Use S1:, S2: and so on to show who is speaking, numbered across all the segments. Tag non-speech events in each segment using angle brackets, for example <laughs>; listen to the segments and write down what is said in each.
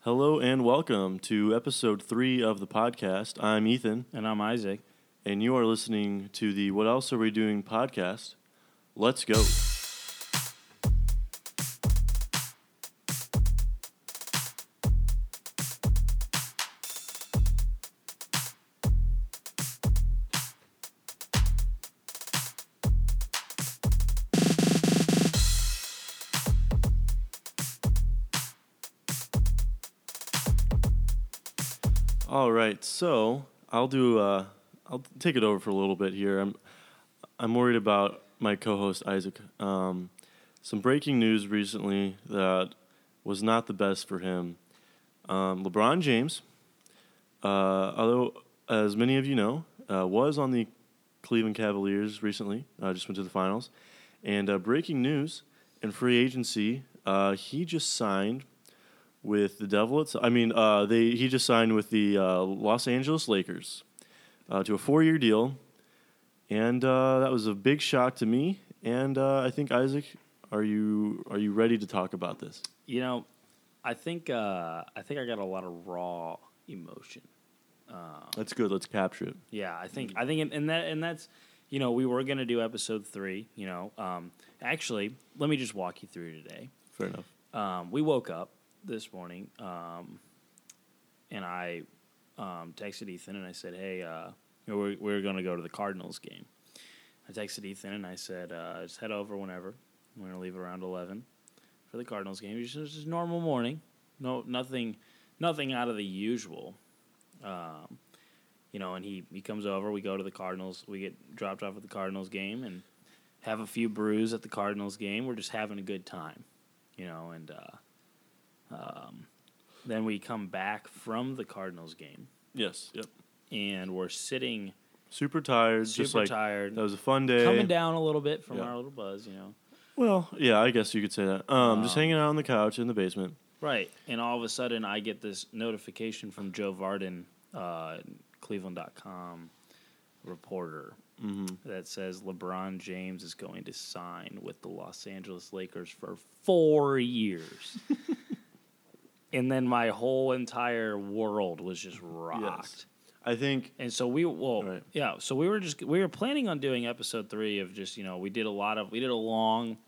S1: Hello and welcome to episode three of the podcast. I'm Ethan,
S2: And I'm Isaac.
S1: and you are listening to the What Else Are We Doing podcast. Let's go. All right, so I'll do. Uh, I'll take it over for a little bit here. I'm. I'm worried about my co-host Isaac. Um, some breaking news recently that was not the best for him. Um, LeBron James, uh, although as many of you know, uh, was on the Cleveland Cavaliers recently. Uh, just went to the finals, and uh, breaking news in free agency, uh, he just signed with the Devil. It's, I mean, uh, they he just signed with the uh, Los Angeles Lakers uh, to a four-year deal, and uh, that was a big shock to me. And uh, I think Isaac, are you are you ready to talk about this?
S2: You know, I think uh, I think I got a lot of raw emotion.
S1: That's good. Let's capture it.
S2: Yeah, I think I think and that and that's you know we were gonna do episode three. You know, um, actually, let me just walk you through today.
S1: Fair enough.
S2: Um, we woke up this morning, um, and I um, texted Ethan and I said, "Hey, uh, you know, we're we're gonna go to the Cardinals game." I texted Ethan and I said, uh, "Just head over whenever. We're gonna leave around eleven for the Cardinals game. It's just, it's just normal morning. No, nothing, nothing out of the usual." Um, you know, and he, he comes over. We go to the Cardinals. We get dropped off at the Cardinals game and have a few brews at the Cardinals game. We're just having a good time, you know. And uh, um, then we come back from the Cardinals game
S1: Yes. Yep.
S2: and we're sitting
S1: Super tired. just
S2: super
S1: like
S2: tired,
S1: that was a fun day.
S2: coming down a little bit from
S1: Yeah.
S2: our little buzz, you know.
S1: Well, yeah, I guess you could say that. Um, just
S2: Um,
S1: hanging out on the couch in the basement.
S2: Right. And all of a sudden, I get this notification from Joe Varden, uh, Cleveland.com reporter,
S1: hmm
S2: that says LeBron James is going to sign with the Los Angeles Lakers for four years. and then my whole entire world was just rocked.
S1: I think.
S2: And so we well
S1: Right.
S2: yeah, so we were just we were planning on doing episode 3 of just, you know, we did a lot of we did a long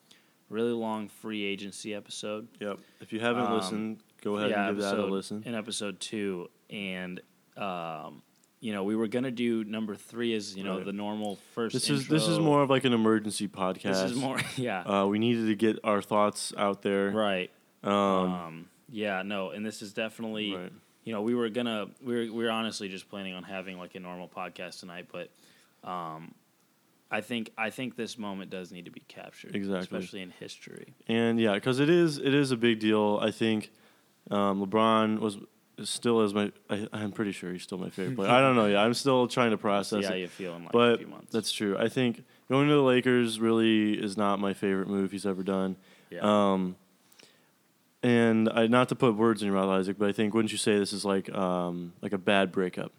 S2: really long free agency episode.
S1: Yep. If you haven't
S2: Um,
S1: listened, go ahead and give that a listen.
S2: In episode two, and um, you know, we were gonna do number three is you know
S1: Right.
S2: the normal first.
S1: This is this is
S2: intro.
S1: more of like an emergency podcast.
S2: This is more. <laughs> Yeah.
S1: Uh, we needed to get our thoughts out there.
S2: right. Um,
S1: Um,
S2: Yeah. No. And this is definitely.
S1: Right.
S2: You know, we were gonna. We were, we were honestly just planning on having like a normal podcast tonight, but. Um, I think I think this moment does need to be captured,
S1: Exactly.
S2: especially in history.
S1: and yeah, because it is it is a big deal. I think um, LeBron was still is my. I, I'm pretty sure he's still my favorite player. I don't know. Yeah, I'm still trying to
S2: See
S1: process
S2: how
S1: it.
S2: you feel in like a
S1: but
S2: few months.
S1: that's true. I think going to the Lakers really is not my favorite move he's ever done.
S2: yeah.
S1: Um, and I, not to put words in your mouth, Isaac, but I think wouldn't you say this is like um, like a bad breakup?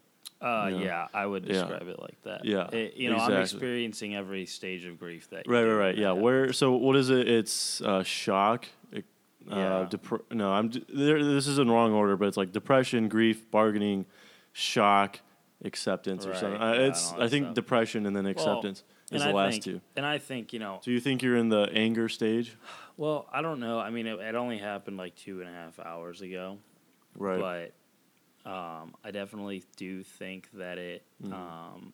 S2: Uh,
S1: Yeah.
S2: yeah. I would
S1: Yeah.
S2: describe it like that.
S1: Yeah,
S2: It- you know,
S1: exactly.
S2: I'm experiencing every stage of grief that. you
S1: Right,
S2: do
S1: right,
S2: when
S1: right.
S2: that
S1: Yeah.
S2: happens.
S1: Where? So what is it? It's uh, shock. Uh,
S2: Yeah.
S1: depre- no, I'm. d- There, this is in wrong order, but it's like depression, grief, bargaining, shock, acceptance, or
S2: Right,
S1: something.
S2: yeah,
S1: I,
S2: and
S1: it's.
S2: all
S1: I
S2: that
S1: think
S2: stuff.
S1: depression and then acceptance
S2: and
S1: is
S2: I
S1: the last
S2: think,
S1: two.
S2: And I think you know.
S1: Do you think you're in the anger stage?
S2: Well, I don't know. I mean, it, it only happened like two and a half hours ago,
S1: Right.
S2: but um, I definitely do think that it
S1: Mhm.
S2: um,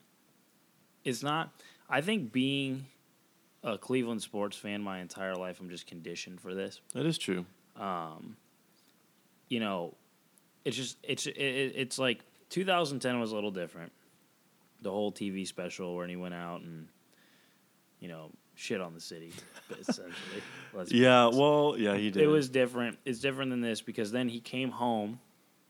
S2: it's not. I think being a Cleveland sports fan my entire life, I'm just conditioned for this.
S1: That is true.
S2: um, you know, it's just it's it, it- it's like 2010 was a little different. The whole TV special where he went out and you know shit on the city, <laughs> essentially. Let's be
S1: Yeah.
S2: honest.
S1: Well. Yeah. He did.
S2: it was different. It's different than this because then he came home,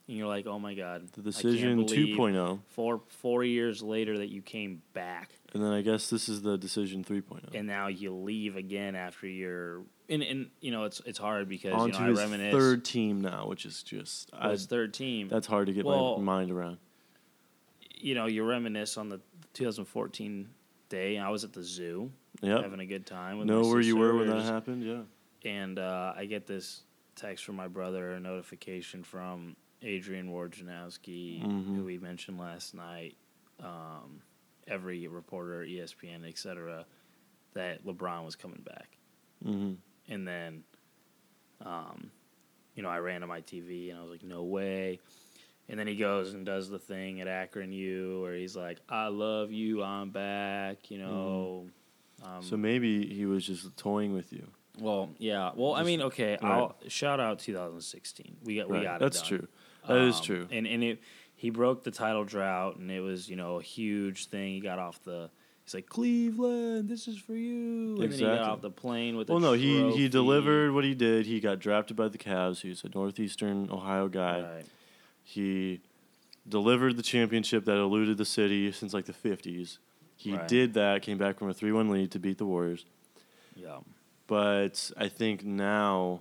S2: and you're like, oh my god,
S1: the
S2: I
S1: decision oh,
S2: can't believe
S1: 2.0,
S2: Four four years later that you came back
S1: and then I guess this is the decision oh. 3.0.
S2: and now you leave again after you're and and you know it's it's hard because
S1: On
S2: you know
S1: to
S2: I
S1: his
S2: reminisce
S1: third team now, which is just I,
S2: was third team.
S1: that's hard to get
S2: Well,
S1: my mind around.
S2: you know, you reminisce on the 2014 day. I was at the zoo
S1: Yep.
S2: having a good time. With
S1: Know
S2: my
S1: where you were when that
S2: sisters,
S1: happened? Yeah.
S2: And uh, I get this text from my brother, a notification from Adrian Wojnarowski,
S1: Mhm.
S2: who we mentioned last night, um, every reporter, E ESPN, etc., that LeBron was coming back.
S1: Mm-hmm.
S2: And then, um, you know, I ran to my TV and I was like, no way. And then he goes and does the thing at Akron U where he's like, I love you, I'm back, you know. Um,
S1: Mm-hmm. so maybe he was just toying with you.
S2: well, yeah. Well, I
S1: Just-
S2: mean, okay.
S1: right.
S2: I'll shout out 2016. We got we
S1: Right.
S2: got it.
S1: That's
S2: done.
S1: true. That is
S2: Um,
S1: true.
S2: And and it he broke the title drought, and it was you know a huge thing. He got off the. He's like Cleveland, this is for you. And then he got
S1: Exactly.
S2: off the plane with.
S1: Well,
S2: a
S1: no, he,
S2: trophy.
S1: he delivered what he did. He got drafted by the Cavs. He's a Northeastern Ohio guy.
S2: Right.
S1: He delivered the championship that eluded the city since like the 50s. He
S2: Right.
S1: did that, came back from a 3 1 lead to beat the Warriors.
S2: Yeah.
S1: But I think now,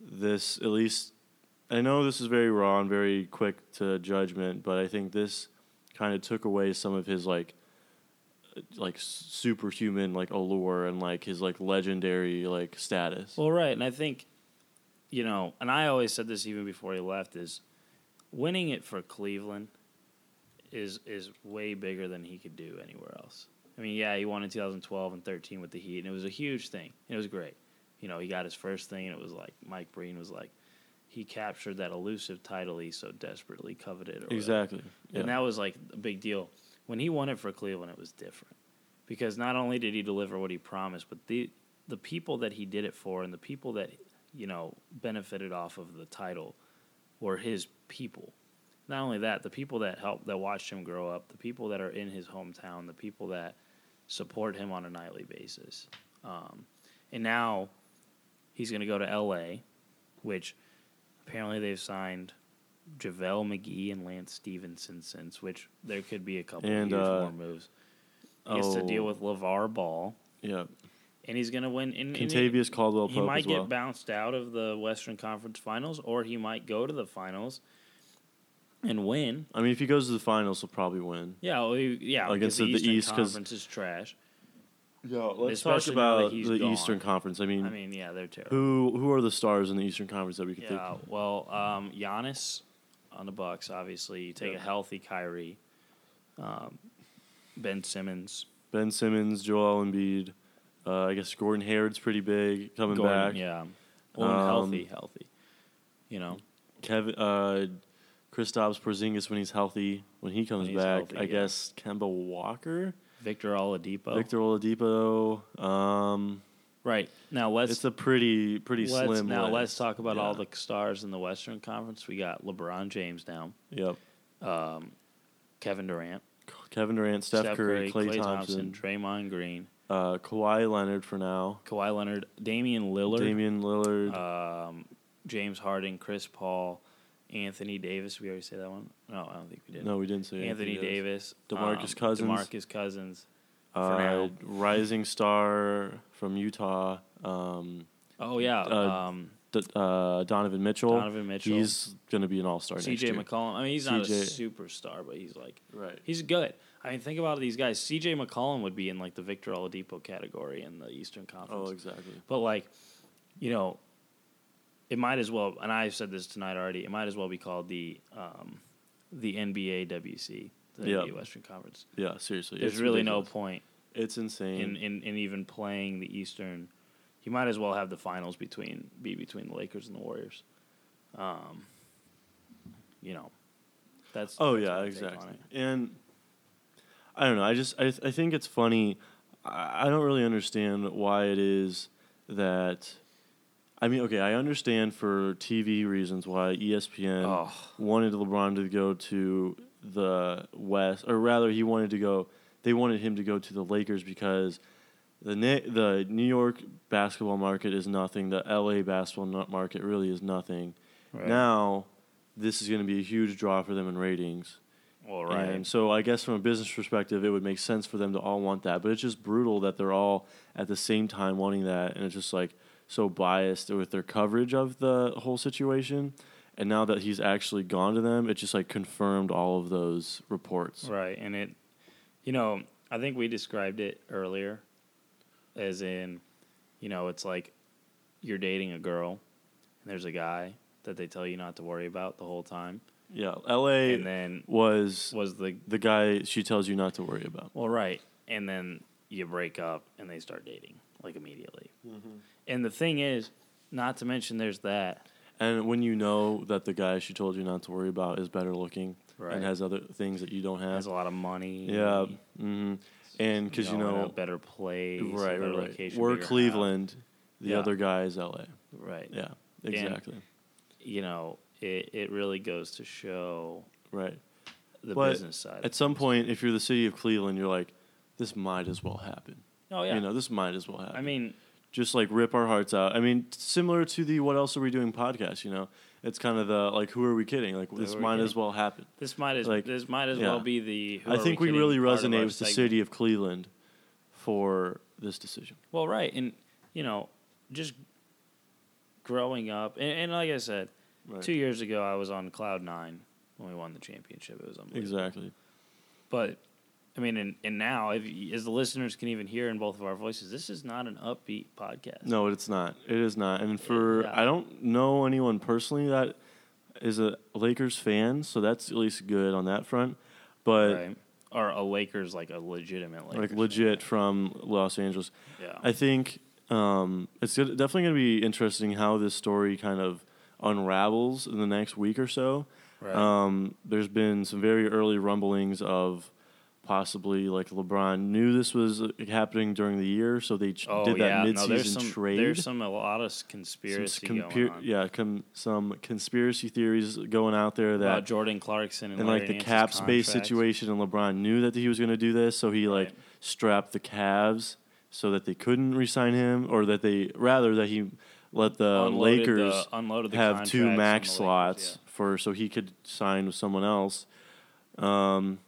S1: this, at least, I know this is very raw and very quick to judgment, but I think this kind of took away some of his like, uh, like s- superhuman like allure and like his like legendary like status.
S2: Well, right, and I think, you know, and I always said this even before he left is, winning it for Cleveland, is is way bigger than he could do anywhere else. I mean, yeah, he won in 2012 and 13 with the Heat, and it was a huge thing. It was great. You know, he got his first thing, and it was like Mike Breen was like, he captured that elusive title he so desperately coveted. Or whatever.
S1: Exactly.
S2: And that was like a big deal. When he won it for Cleveland, it was different because not only did he deliver what he promised, but the the people that he did it for and the people that you know benefited off of the title were his people. Not only that, the people that helped that watched him grow up, the people that are in his hometown, the people that support him on a nightly basis. Um, and now he's going to go to LA, which apparently they've signed JaVale McGee and Lance Stevenson since, which there could be a couple
S1: And,
S2: huge
S1: uh,
S2: more moves. He gets to deal
S1: Oh.
S2: with LeVar Ball,
S1: Yeah.
S2: and he's going to win. And, and he-
S1: Contavious Caldwell
S2: he
S1: Pope
S2: might
S1: as
S2: get
S1: well.
S2: bounced out of the Western Conference Finals, or he might go to the finals and win.
S1: I mean, if he goes to the finals, he'll probably win.
S2: Yeah, well, he- yeah.
S1: Against
S2: because the,
S1: the
S2: Eastern
S1: East, 'cause-
S2: Conference is trash.
S1: Yeah, let's
S2: Especially
S1: talk
S2: now that
S1: about
S2: he's
S1: the
S2: gone.
S1: Eastern Conference. I mean,
S2: I mean, yeah, they're terrible.
S1: who who are the stars in the Eastern Conference that we could
S2: Yeah,
S1: think?
S2: well, um, Giannis on the Bucks, obviously. You take
S1: Yeah.
S2: a healthy Kyrie, um, Ben Simmons,
S1: Ben Simmons, Joel Embiid. Uh, I guess Gordon Hayward's pretty big coming
S2: Gordon,
S1: back.
S2: yeah, well, and
S1: Um,
S2: healthy, healthy. You know,
S1: Kevin, uh, Kristaps Porzingis when he's healthy. When he comes
S2: he's
S1: back,
S2: healthy,
S1: I
S2: yeah.
S1: guess Kemba Walker,
S2: Victor Oladipo.
S1: Victor Oladipo. Um,
S2: Right now, let's
S1: it's a pretty pretty
S2: let's,
S1: slim.
S2: Now
S1: list.
S2: let's talk about all
S1: Yeah.
S2: the stars in the Western Conference. We got LeBron James now,
S1: Yep.
S2: um, Kevin Durant,
S1: Kevin Durant, Steph, Curry, Klay,
S2: Klay
S1: Thompson,
S2: Draymond Green,
S1: uh, Kawhi Leonard for now.
S2: Kawhi Leonard, Damian Lillard,
S1: Damian Lillard.
S2: um, James Harden, Chris Paul, Anthony Davis. We already say that one. No, I don't think we did.
S1: no, we didn't say
S2: Anthony Davis, um,
S1: DeMarcus Cousins.
S2: DeMarcus Cousins. for
S1: Uh,
S2: now.
S1: rising star from Utah. Um,
S2: Oh yeah,
S1: Uh,
S2: um,
S1: D- uh, Donovan Mitchell.
S2: Donovan Mitchell.
S1: He's going to be an all star next
S2: C.J.
S1: year.
S2: McCollum. I mean, he's not a
S1: CJ
S2: superstar, but he's like
S1: Right.
S2: He's good. I mean, think about these guys. CJ McCollum would be in like the Victor Oladipo category in the Eastern Conference.
S1: Oh, exactly.
S2: But like, you know, it might as well. And I've said this tonight already. It might as well be called the um, the NBA WC, the
S1: Yeah.
S2: NBA Western Conference.
S1: Yeah, seriously.
S2: There's
S1: it's
S2: really no
S1: ridiculous.
S2: point
S1: It's insane.
S2: in, in, in even playing the Eastern. You might as well have the finals between be between the Lakers and the Warriors. Um, you know, that's
S1: oh
S2: that's
S1: yeah,
S2: my take on
S1: exactly.
S2: it.
S1: And I don't know. I just I I think it's funny. I I don't really understand why it is that. I mean, okay, I understand for TV reasons why E ESPN
S2: Oh.
S1: wanted LeBron to go to the West, or rather, he wanted to go. They wanted him to go to the Lakers because the Na- the New York basketball market is nothing. The LA basketball no- market really is nothing.
S2: Right.
S1: Now, this is going to be a huge draw for them in ratings.
S2: Well, right.
S1: And so I guess from a business perspective, it would make sense for them to all want that. But it's just brutal that they're all at the same time wanting that, and it's just like so biased with their coverage of the whole situation. And now that he's actually gone to them, it just like confirmed all of those reports.
S2: Right, and it, you know, I think we described it earlier, as in, you know, it's like you're dating a girl, and there's a guy that they tell you not to worry about the whole time.
S1: Yeah, L.A.
S2: And then
S1: was
S2: was the
S1: the guy she tells you not to worry about.
S2: well, right, and then you break up and they start dating like immediately.
S1: Mm-hmm.
S2: And the thing is, not to mention there's that.
S1: And when you know that the guy she told you not to worry about is better looking
S2: Right.
S1: and has other things that you don't have.
S2: Has a lot of money.
S1: yeah. hmm And because you
S2: in a
S1: know,
S2: better place, a
S1: right,
S2: better
S1: right, right.
S2: location,
S1: We're
S2: bigger house.
S1: Cleveland. The
S2: Yeah.
S1: other guy is L.A.
S2: right?
S1: Yeah, exactly.
S2: You know, it it really goes to show
S1: right.
S2: the
S1: But
S2: business side. of
S1: At some point, if you're the city of Cleveland, you're like, this might as well happen.
S2: it. oh yeah,
S1: You know, this might as well happen.
S2: I mean,
S1: just like rip our hearts out. I mean, similar to the "What else are we doing?" podcast. You know, it's kind of the like, who are we kidding? Like, this
S2: are we
S1: might as
S2: kidding?
S1: well happen.
S2: this might as
S1: Like,
S2: this might as
S1: yeah.
S2: well be the. who
S1: I
S2: are
S1: think we,
S2: kidding
S1: really
S2: part of
S1: resonate
S2: our
S1: with the
S2: segment.
S1: city of Cleveland for this decision.
S2: Well, right, and you know, just growing up, and, and like I said,
S1: Right.
S2: two years ago I was on cloud nine when we won the championship. It was unbelievable.
S1: Exactly.
S2: But I mean, and, and now, if, you- as the listeners can even hear in both of our voices, this is not an upbeat podcast.
S1: No, it's not. It is not. And for
S2: Yeah.
S1: I don't know anyone personally that is a Lakers fan, so that's at least good on that front. But
S2: right? or a Lakers like a legitimate Lakers
S1: like
S2: fan.
S1: legit from Los Angeles,
S2: Yeah,
S1: I think um, it's gonna- definitely going to be interesting how this story kind of unravels in the next week or so.
S2: right.
S1: Um, there's been some very early rumblings of possibly like LeBron knew this was uh, happening during the year, so they ch-
S2: oh
S1: did
S2: yeah,
S1: that
S2: no,
S1: mid-season
S2: there's some
S1: trade.
S2: there's some a lot of s-
S1: Some
S2: conspiracy
S1: compar-
S2: going on.
S1: yeah, com- some conspiracy theories going out there that
S2: about Jordan Clarkson and,
S1: and like the
S2: Larry
S1: cap
S2: Nance's
S1: space
S2: contract.
S1: situation, and LeBron knew that he was going to do this, so he like
S2: Right.
S1: strapped the Cavs so that they couldn't re-sign him, or that they rather that he let the
S2: Unloaded the-
S1: Lakers
S2: unloaded the
S1: have two
S2: contracts on
S1: max
S2: the Lakers,
S1: slots
S2: yeah.
S1: for so he could sign with someone else. Um,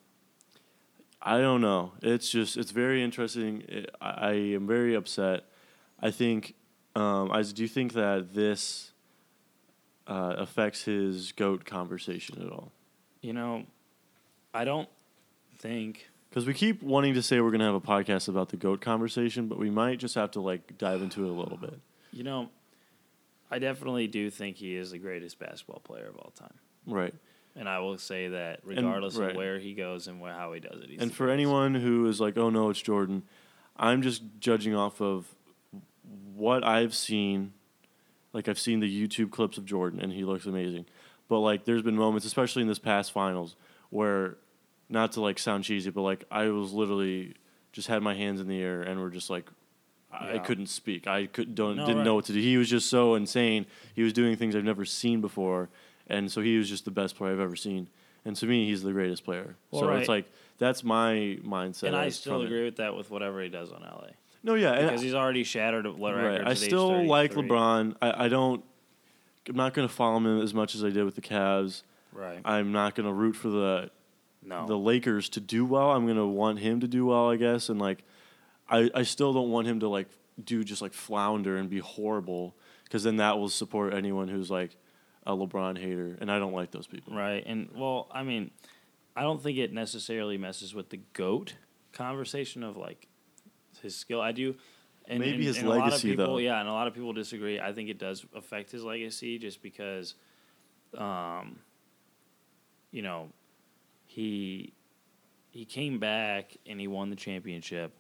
S1: I don't know. It's just it's very interesting. It, I, I am very upset. I think. Um, I do you think that this uh, affects his goat conversation at all.
S2: You know, I don't think
S1: Because we keep wanting to say we're going to have a podcast about the goat conversation, but we might just have to like dive into it a little bit.
S2: you know. I definitely do think he is the greatest basketball player of all time,
S1: Right.
S2: and I will say that regardless
S1: right.
S2: of where he goes and where, how he does it. He's
S1: and
S2: the
S1: for
S2: greatest.
S1: anyone who is like, oh no, it's Jordan, I'm just judging off of what I've seen. Like, I've seen the YouTube clips of Jordan, and he looks amazing. But like, there's been moments, especially in this past finals, where not to like sound cheesy, but like, I was literally just had my hands in the air and were just like, I I
S2: Yeah.
S1: couldn't speak. I could don't
S2: No,
S1: didn't
S2: right.
S1: know what to do. He was just so insane. He was doing things I've never seen before, and so he was just the best player I've ever seen. And to me, he's the greatest player.
S2: Well,
S1: so
S2: right.
S1: it's like that's my mindset.
S2: and I
S1: as
S2: still
S1: from it.
S2: agree with that with whatever he does on LA
S1: No, yeah, and
S2: because he's already shattered a le-
S1: I,
S2: records.
S1: right.
S2: at
S1: I
S2: age
S1: still like
S2: 33.
S1: LeBron. I, I don't. I'm not going to follow him as much as I did with the Cavs.
S2: Right.
S1: I'm not going to root for the
S2: no.
S1: the Lakers to do well. I'm gonna want him to do well, I guess, and like, I I still don't want him to like do just like flounder and be horrible, because then that will support anyone who's like a LeBron hater, and I don't like those people.
S2: Right. And well, I mean, I don't think it necessarily messes with the goat conversation of like his skill. I do. And,
S1: Maybe
S2: and-
S1: his
S2: and a lot of
S1: legacy,
S2: people-
S1: though.
S2: Yeah, and a lot of people disagree. I think it does affect his legacy just because, um, you know, he he came back and he won the championship.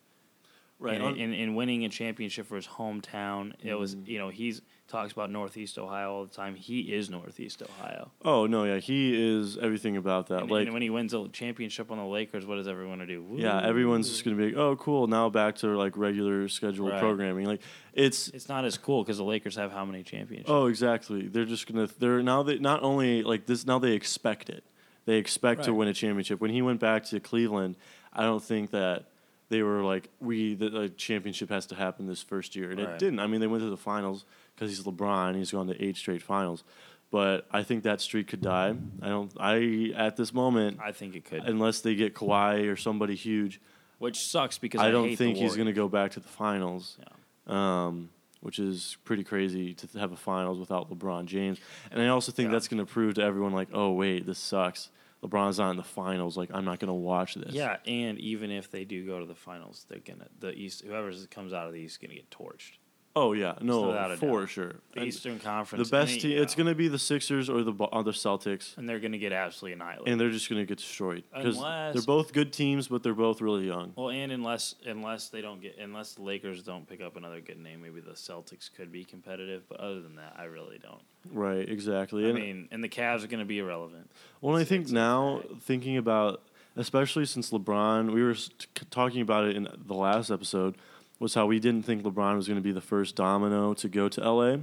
S1: Right.
S2: And, and, and winning a championship for his hometown, it was
S1: Mm-hmm.
S2: you know he's talks about Northeast Ohio all the time. He is Northeast Ohio.
S1: oh no, yeah, he is everything about that.
S2: And,
S1: like,
S2: and when he wins a championship on the Lakers, what does everyone want to do? Woo.
S1: yeah, everyone's just gonna be like, oh, cool, now back to like regular scheduled
S2: Right.
S1: programming. Like, it's
S2: It's not as cool because the Lakers have how many championships?
S1: Oh, exactly. They're just gonna. They're now they not only like this. Now they expect it. They expect to
S2: Right.
S1: win a championship. When he went back to Cleveland, I don't think that they were like we the, the championship has to happen this first year, and
S2: Right.
S1: it didn't. I mean, they went to the finals because he's LeBron. He's gone to eight straight finals, but I think that streak could die. I don't. I at this moment,
S2: I think it could,
S1: unless they get Kawhi or somebody huge,
S2: which sucks because I,
S1: I don't
S2: hate
S1: think
S2: the
S1: he's going to
S2: Warriors.
S1: go back to the finals.
S2: Yeah.
S1: Um, which is pretty crazy to th- have a finals without LeBron James. And I also think
S2: Yeah.
S1: that's going to prove to everyone like, "Oh, wait, this sucks. LeBron's not in the finals. Like, I'm not going to watch this."
S2: Yeah, and even if they do go to the finals, they're gonna the East. Whoever comes out of the East is gonna get torched.
S1: Oh yeah, no,
S2: without a
S1: for
S2: doubt.
S1: sure.
S2: The
S1: And
S2: Eastern
S1: the
S2: Conference.
S1: best team. It's
S2: to
S1: going to be the Sixers or the Bo- or the Celtics,
S2: and they're going to get absolutely annihilated.
S1: and they're just going to get destroyed because they're
S2: Unless-
S1: both good teams, but they're both really young.
S2: well, and unless unless they don't get unless the Lakers don't pick up another good name, maybe the Celtics could be competitive. But other than that, I really don't.
S1: Right, exactly.
S2: I
S1: And-
S2: mean, and the Cavs are going to be irrelevant.
S1: Well, I
S2: It's-
S1: think
S2: it's
S1: now
S2: okay.
S1: thinking about, especially since LeBron, we were s- t- talking about it in the last episode, was how we didn't think LeBron was going to be the first domino to go to LA.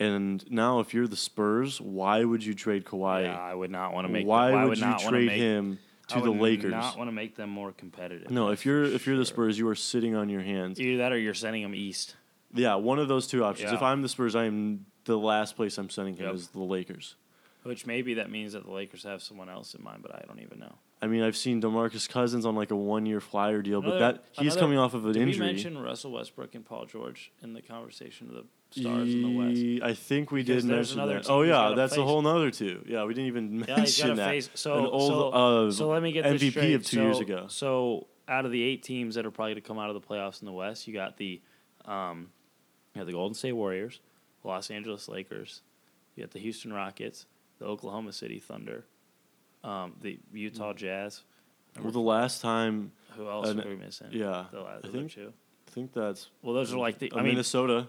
S1: And now, if you're the Spurs, why would you trade Kawhi?
S2: yeah, I would not want to make.
S1: why,
S2: I
S1: would,
S2: would
S1: you
S2: not wanna
S1: trade
S2: make,
S1: him to
S2: I
S1: the
S2: would
S1: Lakers?
S2: Not want to make them more competitive.
S1: No, if you're if you're the
S2: Sure. E
S1: Spurs, you are sitting on your hands.
S2: either that or you're sending them east.
S1: Yeah, one of those two options.
S2: Yeah.
S1: If I'm the Spurs, I am the last place I'm sending him
S2: Yep.
S1: is the Lakers.
S2: Which maybe that means that the Lakers have someone else in mind, but I don't even know.
S1: I mean, I've seen DeMarcus Cousins on like a one-year flyer deal, but
S2: Another-
S1: that he's
S2: another-
S1: coming off of an
S2: Did
S1: injury.
S2: we mention Russell Westbrook and Paul George in the conversation of the stars in
S1: <laughs>
S2: the West?
S1: Ye- I think we
S2: Because
S1: did
S2: there's
S1: mention
S2: another
S1: that.
S2: team
S1: Oh
S2: he's
S1: yeah,
S2: gotta
S1: that's a
S2: face.
S1: whole nother two. Yeah, we didn't even
S2: Yeah, he's got
S1: mention
S2: a
S1: that.
S2: face. So,
S1: An old
S2: so,
S1: uh,
S2: so let me get this
S1: MVP
S2: straight.
S1: of two
S2: so,
S1: years ago.
S2: So out of the eight teams that are probably to come out of the playoffs in the West, you got the, um, you got the Golden State Warriors, Los Angeles Lakers, you got the Houston Rockets, the Oklahoma City Thunder, um, the Utah
S1: Mm.
S2: Jazz.
S1: Well, the last time,
S2: Who else
S1: An-
S2: are we missing?
S1: yeah,
S2: the last
S1: I
S2: other
S1: think
S2: two.
S1: I think that's
S2: Well, those are like the. I
S1: uh,
S2: mean,
S1: Minnesota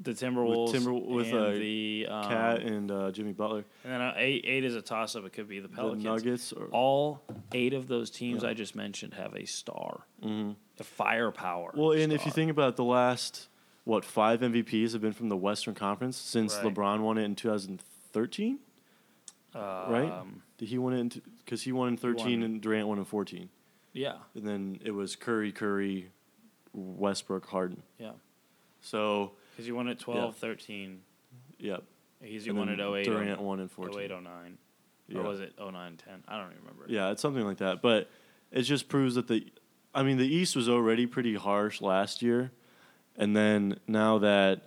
S2: the Timberwolves
S1: Timber- with,
S2: and
S1: uh,
S2: the um,
S1: Cat and uh, Jimmy Butler,
S2: and then uh, eight eight is a toss up. It could be the Pelicans.
S1: the Nuggets. Or,
S2: All eight of those teams
S1: Yeah.
S2: I just mentioned have a star,
S1: Mhm.
S2: the firepower.
S1: Well, and if you
S2: star.
S1: think about it, the last what five MVPs have been from the Western Conference since
S2: Right.
S1: LeBron won it in 2013. right?
S2: Um,
S1: Did he win it in because he won in 13
S2: won-
S1: and Durant won in 14,
S2: yeah,
S1: and then it was Curry, Curry, Westbrook, Harden.
S2: yeah,
S1: So
S2: because you won at 12, 13.
S1: yeah,
S2: He's you
S1: And
S2: won oh
S1: then
S2: at 08,
S1: Durant won in 14.
S2: 08, 09.
S1: yeah.
S2: Or was it 09, 10? I don't even remember.
S1: Yeah, it's something like that. But it just proves that the, I mean, the East was already pretty harsh last year, and then now that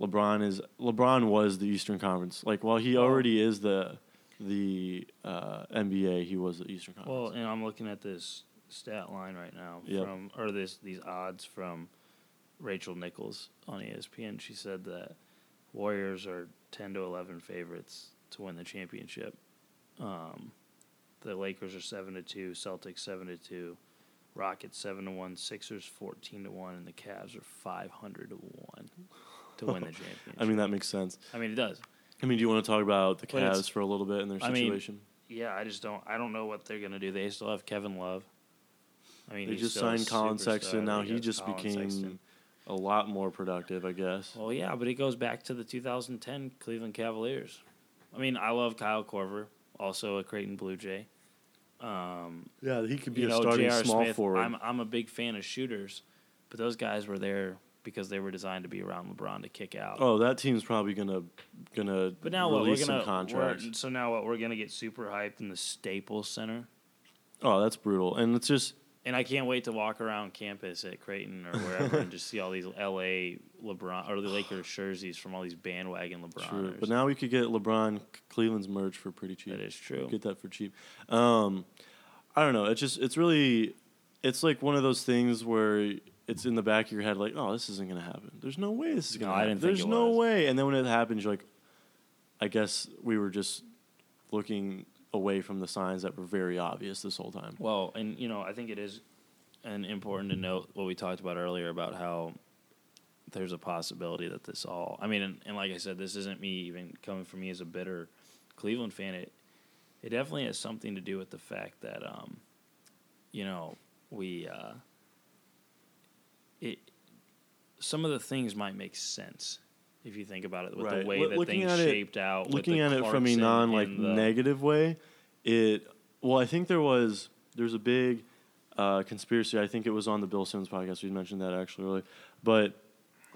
S1: LeBron is LeBron was the Eastern Conference. Like, while he
S2: Well-
S1: already is the the uh, NBA, he was the Eastern Conference.
S2: Well, and I'm looking at this stat line right now
S1: Yep.
S2: from or this these odds from Rachel Nichols on E ESPN. She said that Warriors are 10 to 11 favorites to win the championship. Um, the Lakers are 7 to 2, Celtics 7 to 2, Rockets 7 to 1, Sixers 14 to 1 and the Cavs are 500 to 1 to win the championship.
S1: <laughs> I mean, that makes sense.
S2: I mean it does.
S1: I mean, do you want to talk about the
S2: But it's-
S1: Cavs for a little bit and their
S2: I mean,
S1: situation?
S2: Yeah, I just don't. I don't know what they're gonna do. They still have Kevin Love. I mean,
S1: they
S2: he's
S1: just
S2: still a
S1: signed Colin
S2: superstar.
S1: Sexton. Now
S2: They
S1: he
S2: got
S1: just
S2: Colin
S1: became
S2: Sexton.
S1: a lot more productive, I guess.
S2: Well, yeah, but it goes back to the 2010 Cleveland Cavaliers. I mean, I love Kyle Corver, also a Creighton Blue Jay. Um,
S1: Yeah, he could be
S2: you
S1: a
S2: know,
S1: starting
S2: J.R.
S1: small
S2: Smith,
S1: forward.
S2: I'm I'm a big fan of shooters, but those guys were there because they were designed to be around LeBron to kick out.
S1: Oh, that team's probably gonna gonna
S2: But now what, we're
S1: release
S2: gonna
S1: some contracts.
S2: we're- so now what we're gonna get super hyped in the Staples Center.
S1: Oh, that's brutal. And it's just
S2: And I can't wait to walk around campus at Creighton or wherever and
S1: <laughs>
S2: just see all these LA LeBron or the Lakers
S1: <sighs>
S2: jerseys from all these bandwagon LeBroners.
S1: true. But now we could get LeBron Cleveland's merge for pretty cheap.
S2: that is true.
S1: Get that for cheap. Um, I don't know. It's just it's really it's like one of those things where it's in the back of your head like, oh, this isn't gonna happen. There's no way this is
S2: No,
S1: gonna
S2: I
S1: happen.
S2: didn't think
S1: There's
S2: it
S1: no
S2: was.
S1: way. And then when it happens, you're like, I guess we were just looking away from the signs that were very obvious this whole time.
S2: Well, and you know, I think it is an important to note what we talked about earlier about how there's a possibility that this all I mean and, and like I said, this isn't me even coming from me as a bitter Cleveland fan. It it definitely has something to do with the fact that um you know, we uh it some of the things might make sense if you think about it with
S1: Right.
S2: the way
S1: Loo-
S2: that
S1: looking
S2: things
S1: at it-
S2: shaped out. with
S1: looking
S2: the
S1: at it from a
S2: Clarkson
S1: non like
S2: and the-
S1: negative way, it well, I think there was there's a big uh, conspiracy. I think it was on the Bill Simmons podcast. We mentioned that actually earlier, but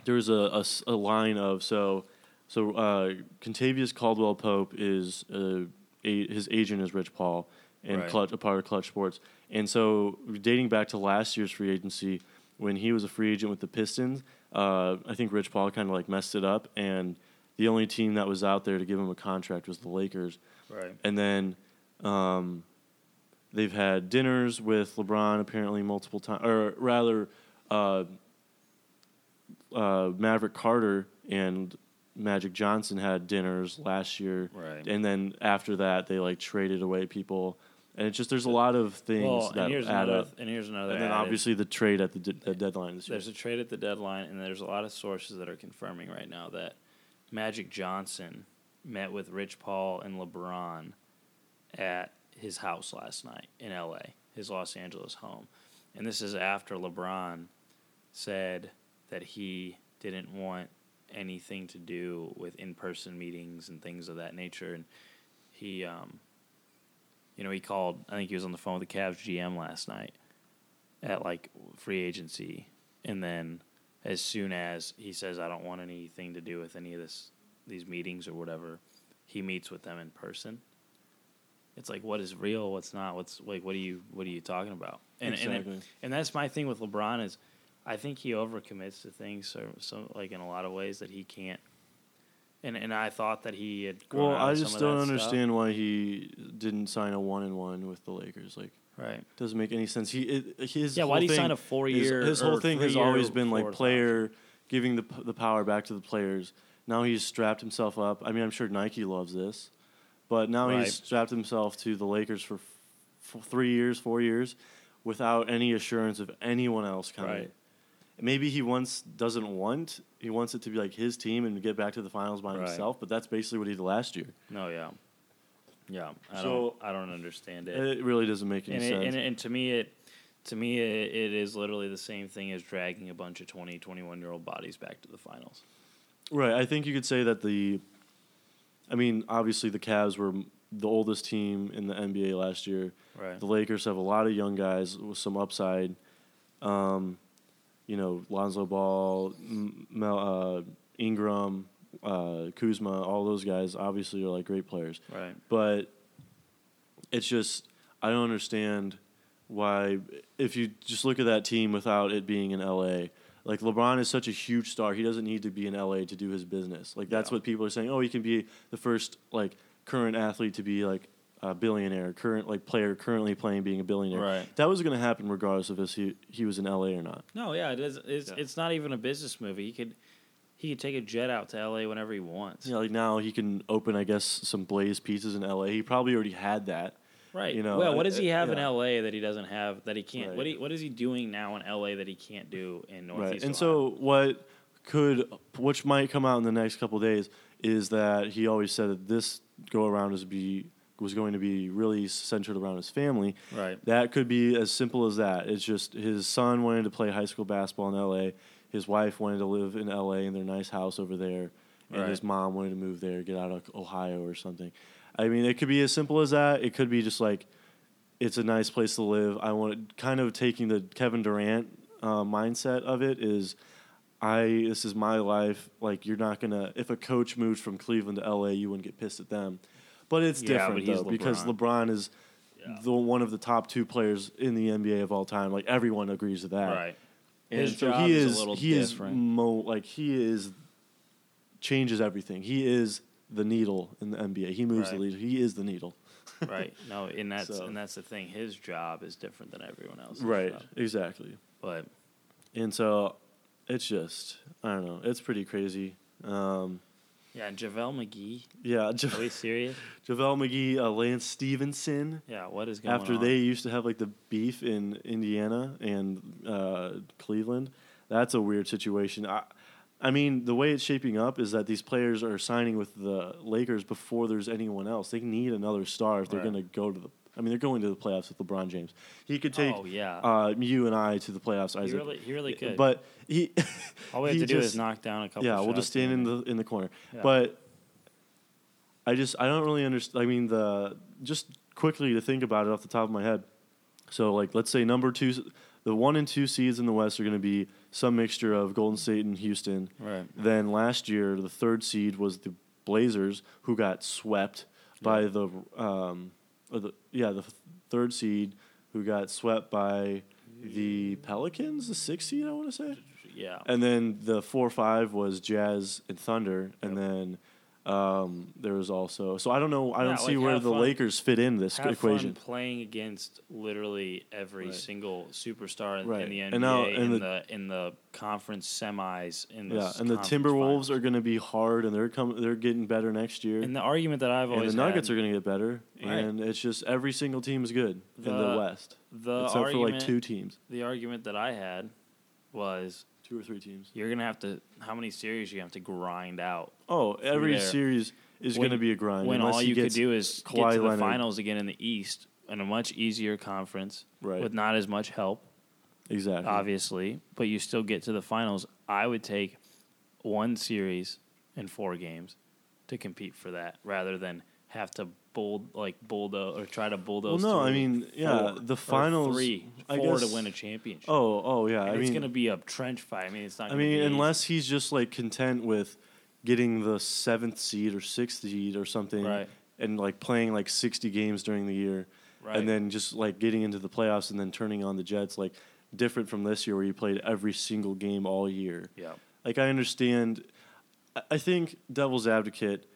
S1: there was a, a s- a line of so so uh, Contavious Caldwell Pope is uh, a, his agent is Rich Paul and
S2: Right.
S1: Clutch a part of Clutch Sports, and so dating back to last year's free agency when he was a free agent with the Pistons, uh, I think Rich Paul kind of like messed it up and. The only team that was out there to give him a contract was the Lakers,
S2: right.
S1: and then um, they've had dinners with LeBron apparently multiple times, or rather, uh, uh, Maverick Carter and Magic Johnson had dinners last year,
S2: Right.
S1: and then after that they like traded away people, and it's just there's a lot of things
S2: well,
S1: that
S2: and here's
S1: add
S2: another.
S1: up.
S2: And here's another.
S1: And then
S2: added.
S1: obviously the trade at the, d- the deadline this year.
S2: there's a trade at the deadline, and there's a lot of sources that are confirming right now that Magic Johnson met with Rich Paul and LeBron at his house last night in LA, his Los Angeles home. And this is after LeBron said that he didn't want anything to do with in person meetings and things of that nature. And he, um, you know, he called, I think he was on the phone with the Cavs GM last night at like free agency. And then as soon as he says, I don't want anything to do with any of this, these meetings or whatever, he meets with them in person. It's like what is real, what's not, what's like what are you what are you talking about? And and,
S1: Exactly.
S2: it- and that's my thing with LeBron is I think he overcommits to things so, so like in a lot of ways that he can't and and I thought that he had grown
S1: well,
S2: out
S1: I
S2: of
S1: just
S2: some of
S1: don't
S2: that stuff.
S1: understand why he didn't sign a one and one with the Lakers. Like,
S2: Right.
S1: doesn't make any sense. He it, his
S2: Yeah,
S1: whole
S2: why do you
S1: thing
S2: sign a four-year
S1: His, his whole
S2: or
S1: thing has
S2: three-year
S1: always been like
S2: fourth
S1: player giving the p- the power back to the players. Now he's strapped himself up. I mean, I'm sure Nike loves this, but now
S2: Right.
S1: he's strapped himself to the Lakers for f- f- three years, four years, without any assurance of anyone else coming.
S2: Right.
S1: Maybe he once doesn't want he wants it to be like his team and get back to the finals by
S2: Right.
S1: himself, but that's basically what he did last year.
S2: No, yeah. Yeah. I
S1: So-
S2: don't I don't understand it.
S1: It really doesn't make any
S2: and, it,
S1: sense.
S2: and, and to me it to me it, it is literally the same thing as dragging a bunch of 20 21 year old bodies back to the finals
S1: Right. I think you could say that the, I mean, obviously the Cavs were m- the oldest team in the NBA last year.
S2: right
S1: The Lakers have a lot of young guys with some upside. Um, you know, Lonzo Ball, M- Mel, uh, Ingram, uh, Kuzma, all those guys obviously are like great players.
S2: right
S1: But it's just, I don't understand why, if you just look at that team without it being in LA, like LeBron is such a huge star. He doesn't need to be in LA to do his business. Like, that's
S2: Yeah.
S1: what people are saying. Oh, he can be the first, like, current athlete to be, like, a billionaire, current, like, player currently playing being a billionaire.
S2: Right.
S1: That was going to happen regardless of if he, he was in LA or not.
S2: no yeah it is it's,
S1: Yeah.
S2: it's not even a business movie he could he could take a jet out to la whenever he wants
S1: Yeah, like, now he can open, I guess, some Blaze pizzas in LA. He probably already had that.
S2: right
S1: you know,
S2: well what
S1: it-
S2: does he
S1: it-
S2: have
S1: yeah.
S2: in la that he doesn't have that he can't
S1: Right.
S2: what, he, what is he doing now in la that he can't do in northeast
S1: right. And
S2: Ohio?
S1: so what could which might come out in the next couple days is that he always said that this go around is be was going to be really centered around his family.
S2: right
S1: That could be as simple as that. It's just his son wanted to play high school basketball in LA. His wife wanted to live in LA in their nice house over there. And
S2: Right.
S1: his mom wanted to move there, get out of Ohio or something. I mean, it could be as simple as that. It could be just like, it's a nice place to live. I want kind of taking the Kevin Durant uh, mindset of it is, I this is my life. Like you're not gonna if a coach moved from Cleveland to LA, you wouldn't get pissed at them. But it's
S2: Yeah,
S1: different
S2: but he's
S1: though because LeBron is
S2: Yeah.
S1: the one of the top two players in the NBA of all time. Like everyone agrees with that.
S2: right
S1: And
S2: His
S1: so
S2: job
S1: he
S2: is a
S1: is,
S2: little
S1: he
S2: different.
S1: is mo like he is changes everything. He is the needle in the NBA. He moves the
S2: Right.
S1: lead. He is the needle.
S2: <laughs>
S1: <laughs>
S2: right no and that's
S1: So-
S2: and that's the thing his job is different than everyone else's job.
S1: Exactly.
S2: but
S1: And so it's just I don't know. It's pretty crazy. Um,
S2: yeah and javale mcgee
S1: yeah,
S2: are we serious
S1: JaVale McGee, uh, Lance Stevenson.
S2: Yeah, what is going
S1: After
S2: on?
S1: they used to have like the beef in Indiana and uh, Cleveland, that's a weird situation. I, I mean, the way it's shaping up is that these players are signing with the Lakers before there's anyone else. They need another star if they're
S2: Right.
S1: going to go to the. I mean, they're going to the playoffs with LeBron James. He could take
S2: oh yeah,
S1: uh, you and I to the playoffs,
S2: he
S1: Isaac.
S2: really, he really could. But
S1: But he, <laughs>
S2: all we have
S1: he
S2: to do
S1: just-
S2: is knock down a couple.
S1: yeah, we'll
S2: shots
S1: just stand in
S2: and-
S1: the in the corner.
S2: Yeah.
S1: But I just I don't really understand. I mean, the just quickly to think about it off the top of my head. So like, let's say number two, s- the one and two seeds in the West are going to be some mixture of Golden State and Houston.
S2: right.
S1: Then last year, the third seed was the Blazers, who got swept by
S2: Yeah.
S1: the um, or the yeah the f- third seed, who got swept by the Pelicans, the sixth seed, I want to say.
S2: Yeah,
S1: And then the four five was Jazz and Thunder, and
S2: Yep.
S1: then Um, there was also so I don't know. I
S2: Yeah,
S1: don't see
S2: like,
S1: where
S2: have
S1: the
S2: fun-
S1: Lakers fit in this
S2: Have
S1: equation.
S2: fun playing against literally every
S1: Right.
S2: single superstar in,
S1: Right.
S2: in the NBA
S1: And now-
S2: in,
S1: and
S2: the,
S1: the-
S2: in the conference semis. In the
S1: Yeah,
S2: s-
S1: and the
S2: conference
S1: Timberwolves
S2: finals.
S1: are going to be hard, and they're coming. They're getting better next year.
S2: And the argument that I've
S1: and
S2: always
S1: the Nuggets
S2: had,
S1: are going to get better,
S2: Right.
S1: and it's just every single team is good in
S2: The-
S1: the West,
S2: the
S1: except
S2: argument,
S1: for like two teams,
S2: The argument that I had was
S1: two or three teams.
S2: you're gonna have to how many series you have to grind out
S1: Oh, every
S2: there.
S1: series is
S2: When-
S1: going to be a grind.
S2: when
S1: unless
S2: all
S1: he
S2: you could
S1: gets-
S2: do is get
S1: Kawhi
S2: to the
S1: Leonard.
S2: finals again in the East in a much easier conference
S1: Right.
S2: with not as much help,
S1: exactly.
S2: obviously, but you still get to the finals. I would take one series and four games to compete for that rather than have to bull like bulldoze or try to
S1: Well,
S2: bulldoze.
S1: no, I
S2: through
S1: mean, yeah,
S2: four
S1: the
S2: or
S1: finals.
S2: three,
S1: I
S2: four
S1: guess,
S2: to win a championship.
S1: Oh, oh, yeah.
S2: And
S1: I
S2: it's
S1: mean,
S2: gonna be a trench fight. I mean, it's not.
S1: I
S2: Gonna be
S1: mean,
S2: easy.
S1: unless he's just like content with getting the seventh seed or sixth seed or something,
S2: Right.
S1: and like playing like sixty games during the year,
S2: Right.
S1: and then just like getting into the playoffs and then turning on the Jets, like different from this year where you played every single game all year.
S2: yeah,
S1: Like I understand, I- I think devil's advocate,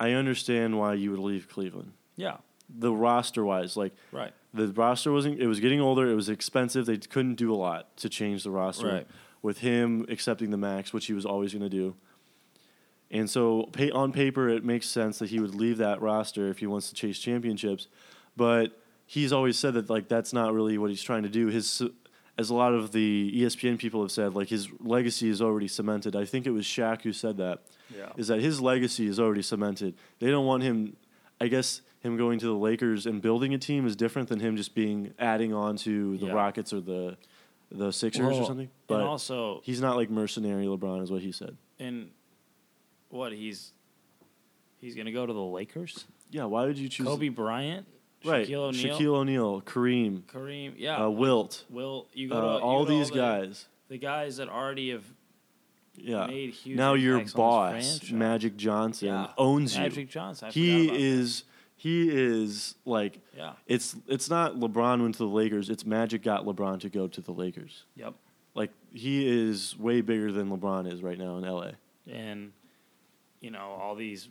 S1: I understand why you would leave Cleveland.
S2: yeah,
S1: The roster wise, like
S2: right,
S1: the roster wasn't it was getting older it was expensive they couldn't do a lot to change the roster
S2: Right.
S1: with him accepting the max which he was always going to do and so pay, on paper it makes sense that he would leave that roster if he wants to chase championships but he's always said that like that's not really what he's trying to do his as a lot of the E ESPN people have said like his legacy is already cemented i think it was Shaq who said that
S2: yeah,
S1: is that his legacy is already cemented. They don't want him. I guess him going to the Lakers and building a team is different than him just being adding on to the
S2: Yeah.
S1: Rockets or the the Sixers
S2: Well,
S1: or something.
S2: and
S1: But
S2: also
S1: he's not like mercenary LeBron, is what he said.
S2: And what he's he's gonna go to the Lakers?
S1: Yeah, why would you choose
S2: Kobe Bryant,
S1: Right,
S2: Shaquille O'Neal,
S1: Shaquille O'Neal, Kareem,
S2: Kareem, yeah,
S1: uh, Wilt,
S2: Will. You go to
S1: uh,
S2: you
S1: all
S2: go to
S1: these
S2: the-
S1: guys.
S2: the guys that already have
S1: Yeah.
S2: made huge.
S1: Now your
S2: impacts on this
S1: boss,
S2: franchise.
S1: Magic Johnson,
S2: Yeah.
S1: owns you.
S2: Magic Johnson. I
S1: he
S2: forgot about
S1: is he is like
S2: that. Yeah.
S1: It's it's not LeBron went to the Lakers. It's Magic got LeBron to go to the Lakers.
S2: Yep.
S1: Like he is way bigger than LeBron is right now in LA.
S2: and you know all these,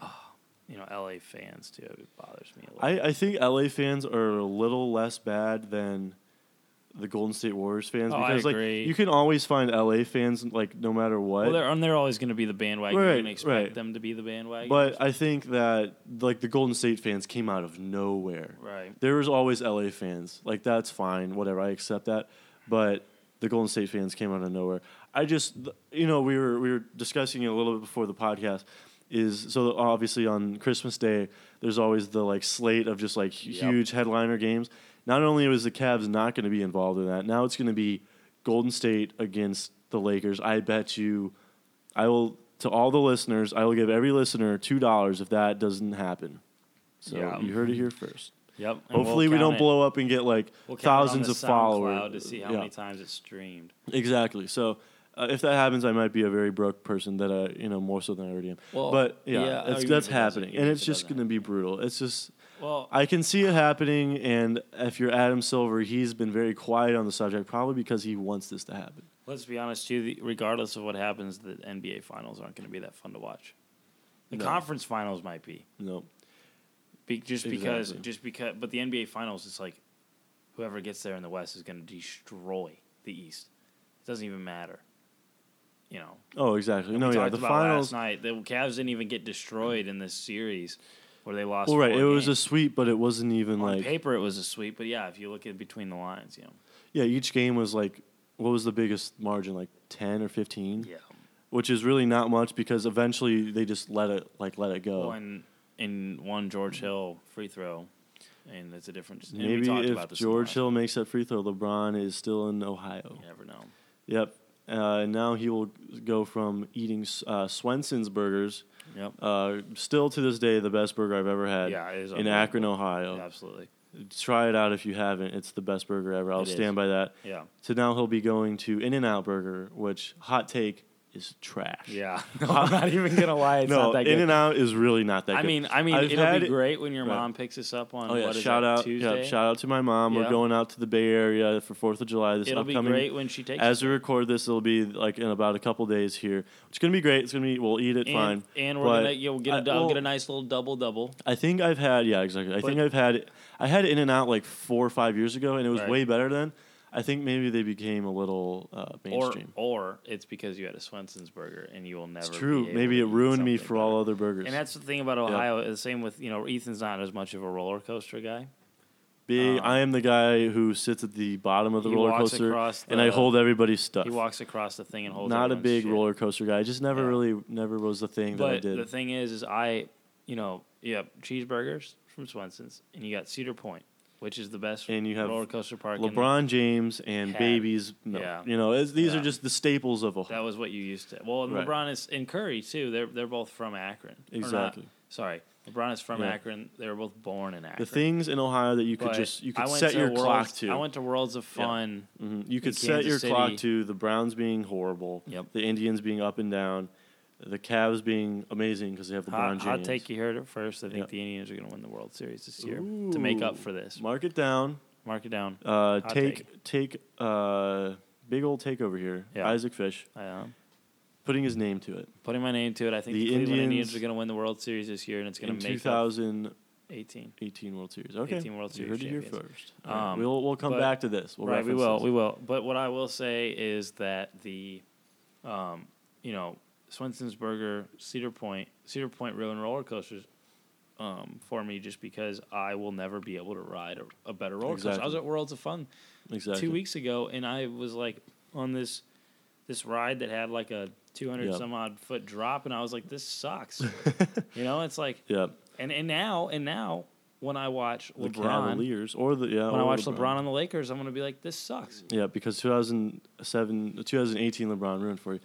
S2: ah, you know LA fans too. It bothers me a little.
S1: I, I think LA fans are a little less bad than the Golden State Warriors fans
S2: Oh, I
S1: because
S2: agree.
S1: like you can always find LA fans like no matter what.
S2: well, they're and they're always going to be the bandwagon.
S1: Right,
S2: you can expect
S1: right.
S2: them to be the bandwagon.
S1: but I think that like the Golden State fans came out of nowhere.
S2: right,
S1: There was always LA fans. Like that's fine, whatever. I accept that. But the Golden State fans came out of nowhere. I just, th- you know, we were we were discussing it a little bit before the podcast. Is so obviously on Christmas Day, there's always the like slate of just like hu-
S2: Yep.
S1: huge headliner games. Not only was the Cavs not going to be involved in that, now it's going to be Golden State against the Lakers. I bet you, I will to all the listeners, I will give every listener two dollars if that doesn't happen. So
S2: Yeah.
S1: you heard it here first.
S2: yep. and we'll
S1: Hopefully, we
S2: count
S1: don't
S2: it.
S1: blow up and get like
S2: We'll count it on
S1: thousands
S2: the
S1: of followers.
S2: SoundCloud to see how
S1: Yeah,
S2: many times it's streamed.
S1: exactly. So, uh, if that happens, I might be a very broke person that I, you know, more so than I already am.
S2: Well,
S1: but
S2: yeah,
S1: yeah,
S2: even
S1: it's, that's
S2: if it doesn't-
S1: happening,
S2: even
S1: and
S2: if
S1: it's
S2: it
S1: just
S2: doesn't
S1: going to be brutal. It's just
S2: Well,
S1: I can see it happening, and if you're Adam Silver, he's been very quiet on the subject, probably because he wants this to happen.
S2: let's be honest too. The, regardless of what happens, the NBA finals aren't going to be that fun to watch. The
S1: No.
S2: conference finals might be,
S1: No,
S2: be just because,
S1: Exactly.
S2: just because. But the NBA finals, it's like whoever gets there in the West is going to destroy the East. It doesn't even matter. You know,
S1: oh, exactly.
S2: And
S1: no,
S2: we
S1: yeah,
S2: talked
S1: the
S2: about
S1: finals.
S2: last night. The Cavs didn't even get destroyed in this series where they lost.
S1: Well, right,
S2: four
S1: it was a
S2: games.
S1: sweep, but it wasn't even
S2: on
S1: like
S2: paper it was a sweep, but yeah, if you look at between the lines, you know,
S1: yeah. Each game was like what was the biggest margin? Like ten or fifteen.
S2: yeah.
S1: which is really not much because eventually they just let it like let it go.
S2: one in one George Hill free throw, and it's a difference. and we
S1: Maybe
S2: talked
S1: if
S2: about this in the
S1: George
S2: last-
S1: Hill makes that free throw, LeBron is still in Ohio.
S2: you never know.
S1: Yep. Uh, and now he will go from eating uh, Swenson's burgers,
S2: Yep.
S1: uh, still to this day the best burger I've ever had
S2: yeah, it is
S1: in Akron, Ohio.
S2: Absolutely.
S1: Try it out if you haven't. It's the best burger ever. I'll
S2: It is.
S1: stand by that.
S2: Yeah.
S1: So now he'll be going to In-N-Out Burger, which hot take is trash. <laughs>
S2: Yeah, <laughs> no, I'm not even gonna lie. It's
S1: no,
S2: not that good.
S1: In and Out is really not that
S2: I
S1: good.
S2: mean, I mean,
S1: I've
S2: it'll
S1: had
S2: be
S1: it-
S2: great when your
S1: Right.
S2: mom picks us up on
S1: Oh yeah!
S2: what is
S1: Shout
S2: that,
S1: out,
S2: Tuesday.
S1: yeah! Shout out to my mom.
S2: Yeah.
S1: We're going out to the Bay Area for Fourth of July this
S2: it'll be
S1: upcoming.
S2: great when she takes
S1: As we record this, it'll be like in about a couple days here. It's gonna be great. It's gonna be we'll eat it
S2: and,
S1: fine.
S2: And we're
S1: But
S2: gonna you'll get a
S1: I-
S2: dou-
S1: well-
S2: get a nice little double double.
S1: I think I've had yeah exactly. I think
S2: But-
S1: I've had I had In and Out like four or five years ago, and it was
S2: Right.
S1: way better then. I think maybe they became a little uh,
S2: Or
S1: mainstream.
S2: or it's because you had a Swenson's burger and you will never.
S1: it's
S2: be
S1: true.
S2: able
S1: Maybe
S2: to
S1: it
S2: eat
S1: ruined me
S2: something
S1: for all
S2: better.
S1: other burgers.
S2: And that's the thing about Ohio. The same with you know Ethan's not as much of a roller coaster guy.
S1: Big.
S2: Um,
S1: I am the guy who sits at the bottom of the
S2: He
S1: roller
S2: walks
S1: coaster
S2: across
S1: and I
S2: the-
S1: hold everybody's stuff.
S2: He walks across the thing and holds.
S1: Not a
S2: everyone's
S1: big
S2: shit.
S1: roller coaster guy. I just never
S2: Yeah.
S1: really never was the thing that I
S2: But
S1: did.
S2: the thing is, is I, you know, yeah, cheeseburgers from Swenson's, and you got Cedar Point, which is the best
S1: And you have
S2: roller coaster park. in-
S1: LeBron James and
S2: had.
S1: babies, no.
S2: Yeah.
S1: you know, it's, these
S2: Yeah.
S1: are just the staples of Ohio.
S2: That was what you used to. Well, and
S1: Right.
S2: LeBron is and Curry too. They're they're both from Akron. Or not-
S1: Exactly.
S2: sorry, LeBron is from
S1: Yeah.
S2: Akron. They were both born in Akron.
S1: the things in Ohio that you could
S2: But
S1: just you
S2: I
S1: could
S2: went
S1: set
S2: to
S1: your clock
S2: Worlds-
S1: to.
S2: I went to Worlds of Fun.
S1: Mhm. You could
S2: Kansas
S1: set your clock
S2: City.
S1: to the Browns being horrible,
S2: Yep.
S1: the Indians being up and down, the Cavs being amazing because they have LeBron
S2: Hot,
S1: James.
S2: hot take, you heard it first. I think
S1: Yeah.
S2: the Indians are going to win the World Series this year to make up
S1: Ooh.
S2: for this.
S1: Mark it down.
S2: Mark it down.
S1: Uh,
S2: Hot
S1: take take uh, big old take over here.
S2: Yeah.
S1: Isaac Fish
S2: I am
S1: putting his name to it
S2: putting my name to it. I think
S1: The
S2: the, Cleveland Indians,
S1: Indians
S2: are going to win the World Series this year, and it's going
S1: in
S2: to make up
S1: 2000-
S2: 18.
S1: 18 World Series. Okay.
S2: 18 World
S1: You
S2: Series
S1: heard it here
S2: champions.
S1: first. All right,
S2: Um,
S1: We'll we'll come
S2: but-
S1: back to this. We'll
S2: right, we
S1: reference
S2: will,
S1: this.
S2: we will. But what I will say is that the, um, you know, Swenson's Burger, Cedar Point, Cedar Point Rail and Roller Coasters, um, for me just because I will never be able to ride a, a better roller coaster. I was
S1: Exactly.
S2: at Worlds of Fun
S1: Exactly.
S2: two weeks ago, and I was like on this this ride that had like a two hundred
S1: Yeah.
S2: some odd foot drop, and I was like,
S1: <laughs>
S2: this sucks. you know, it's like,
S1: Yeah.
S2: and and now and now when I watch
S1: The
S2: LeBron.
S1: Cavaliers oh, or the yeah.
S2: When I
S1: or
S2: watch LeBron. on the Lakers, I'm gonna be like, "This sucks."
S1: Yeah, because 2007, 2018 LeBron ruined for you.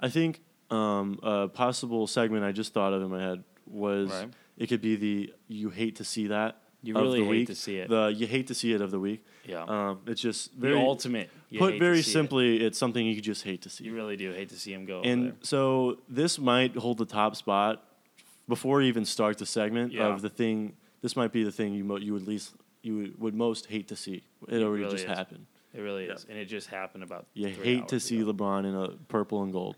S1: I think um, a possible segment I just thought of in my head was
S2: Right.
S1: it could be the you hate to see that.
S2: You
S1: of
S2: really
S1: the
S2: hate
S1: week.
S2: to see it.
S1: The you hate to see it of the week.
S2: Yeah.
S1: Um, it's just
S2: the
S1: very
S2: ultimate. You hate
S1: put
S2: to
S1: very
S2: see it.
S1: simply. It's something you just hate to see.
S2: You really do hate to see him go.
S1: And
S2: over
S1: so this might hold the top spot before we even start the segment
S2: Yeah.
S1: of the thing. This might be the thing you mo- you would least you would, would most hate to see. It already
S2: really
S1: just
S2: is.
S1: happened.
S2: there. It really
S1: yeah.
S2: is, and it just happened about.
S1: You
S2: three
S1: hate to
S2: hours
S1: see
S2: ago.
S1: LeBron in a purple and
S2: <sighs>
S1: gold,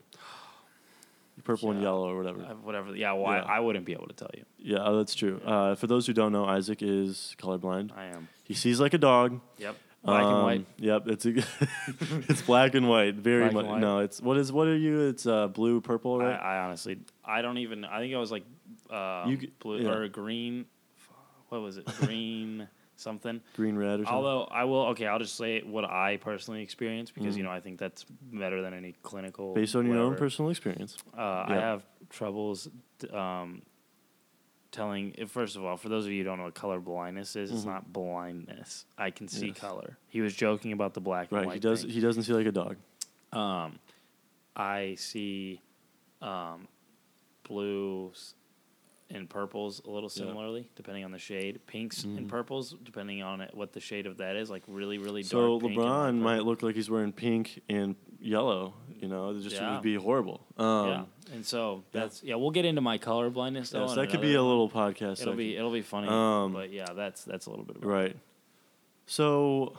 S1: purple and
S2: Yeah.
S1: yellow or whatever.
S2: Uh, whatever. Yeah, why?
S1: Yeah.
S2: I wouldn't be able to tell you.
S1: yeah, that's true. Uh, for those who don't know, Isaac is colorblind.
S2: I am.
S1: He sees like a dog.
S2: Yep. Black and
S1: Um,
S2: white.
S1: Yep, it's a, <laughs> it's black and white. Very
S2: Black
S1: much.
S2: and white.
S1: No, it's what is what are you? It's uh, blue, purple, right?
S2: I, I honestly, I don't even. I think I was like, um,
S1: You g-
S2: blue
S1: yeah.
S2: or green. What was
S1: <laughs>
S2: it? Green something.
S1: Green, red, or something.
S2: Although I will okay, I'll just say what I personally experienced because
S1: Mhm.
S2: you know I think that's better than any clinical.
S1: Based on your own
S2: whatever.
S1: personal experience.
S2: Uh, I
S1: Yeah.
S2: have troubles t- um, telling. eh, First of all, for those of you who don't know what color blindness is, it's
S1: Mhm.
S2: not blindness. I can see
S1: Yes.
S2: color. He was joking about the black and
S1: Right,
S2: white.
S1: he does.
S2: thing.
S1: He doesn't see like a dog.
S2: Um, I see um, blues and purples a little
S1: Yeah.
S2: similarly, depending on the shade. Pinks
S1: Mhm.
S2: and purples, depending on it, what the shade of that is, like really, really dark.
S1: So
S2: pink and light
S1: LeBron might
S2: purple.
S1: look like he's wearing pink and yellow. You know, it just
S2: Yeah.
S1: would be horrible. Um,
S2: yeah, and so
S1: yeah.
S2: that's yeah. We'll get into my color blindness though.
S1: yeah, so
S2: on
S1: that could be
S2: another-
S1: a little podcast.
S2: It'll be
S1: segment.
S2: it'll be funny.
S1: Um,
S2: but yeah, that's that's a little bit about it.
S1: right. So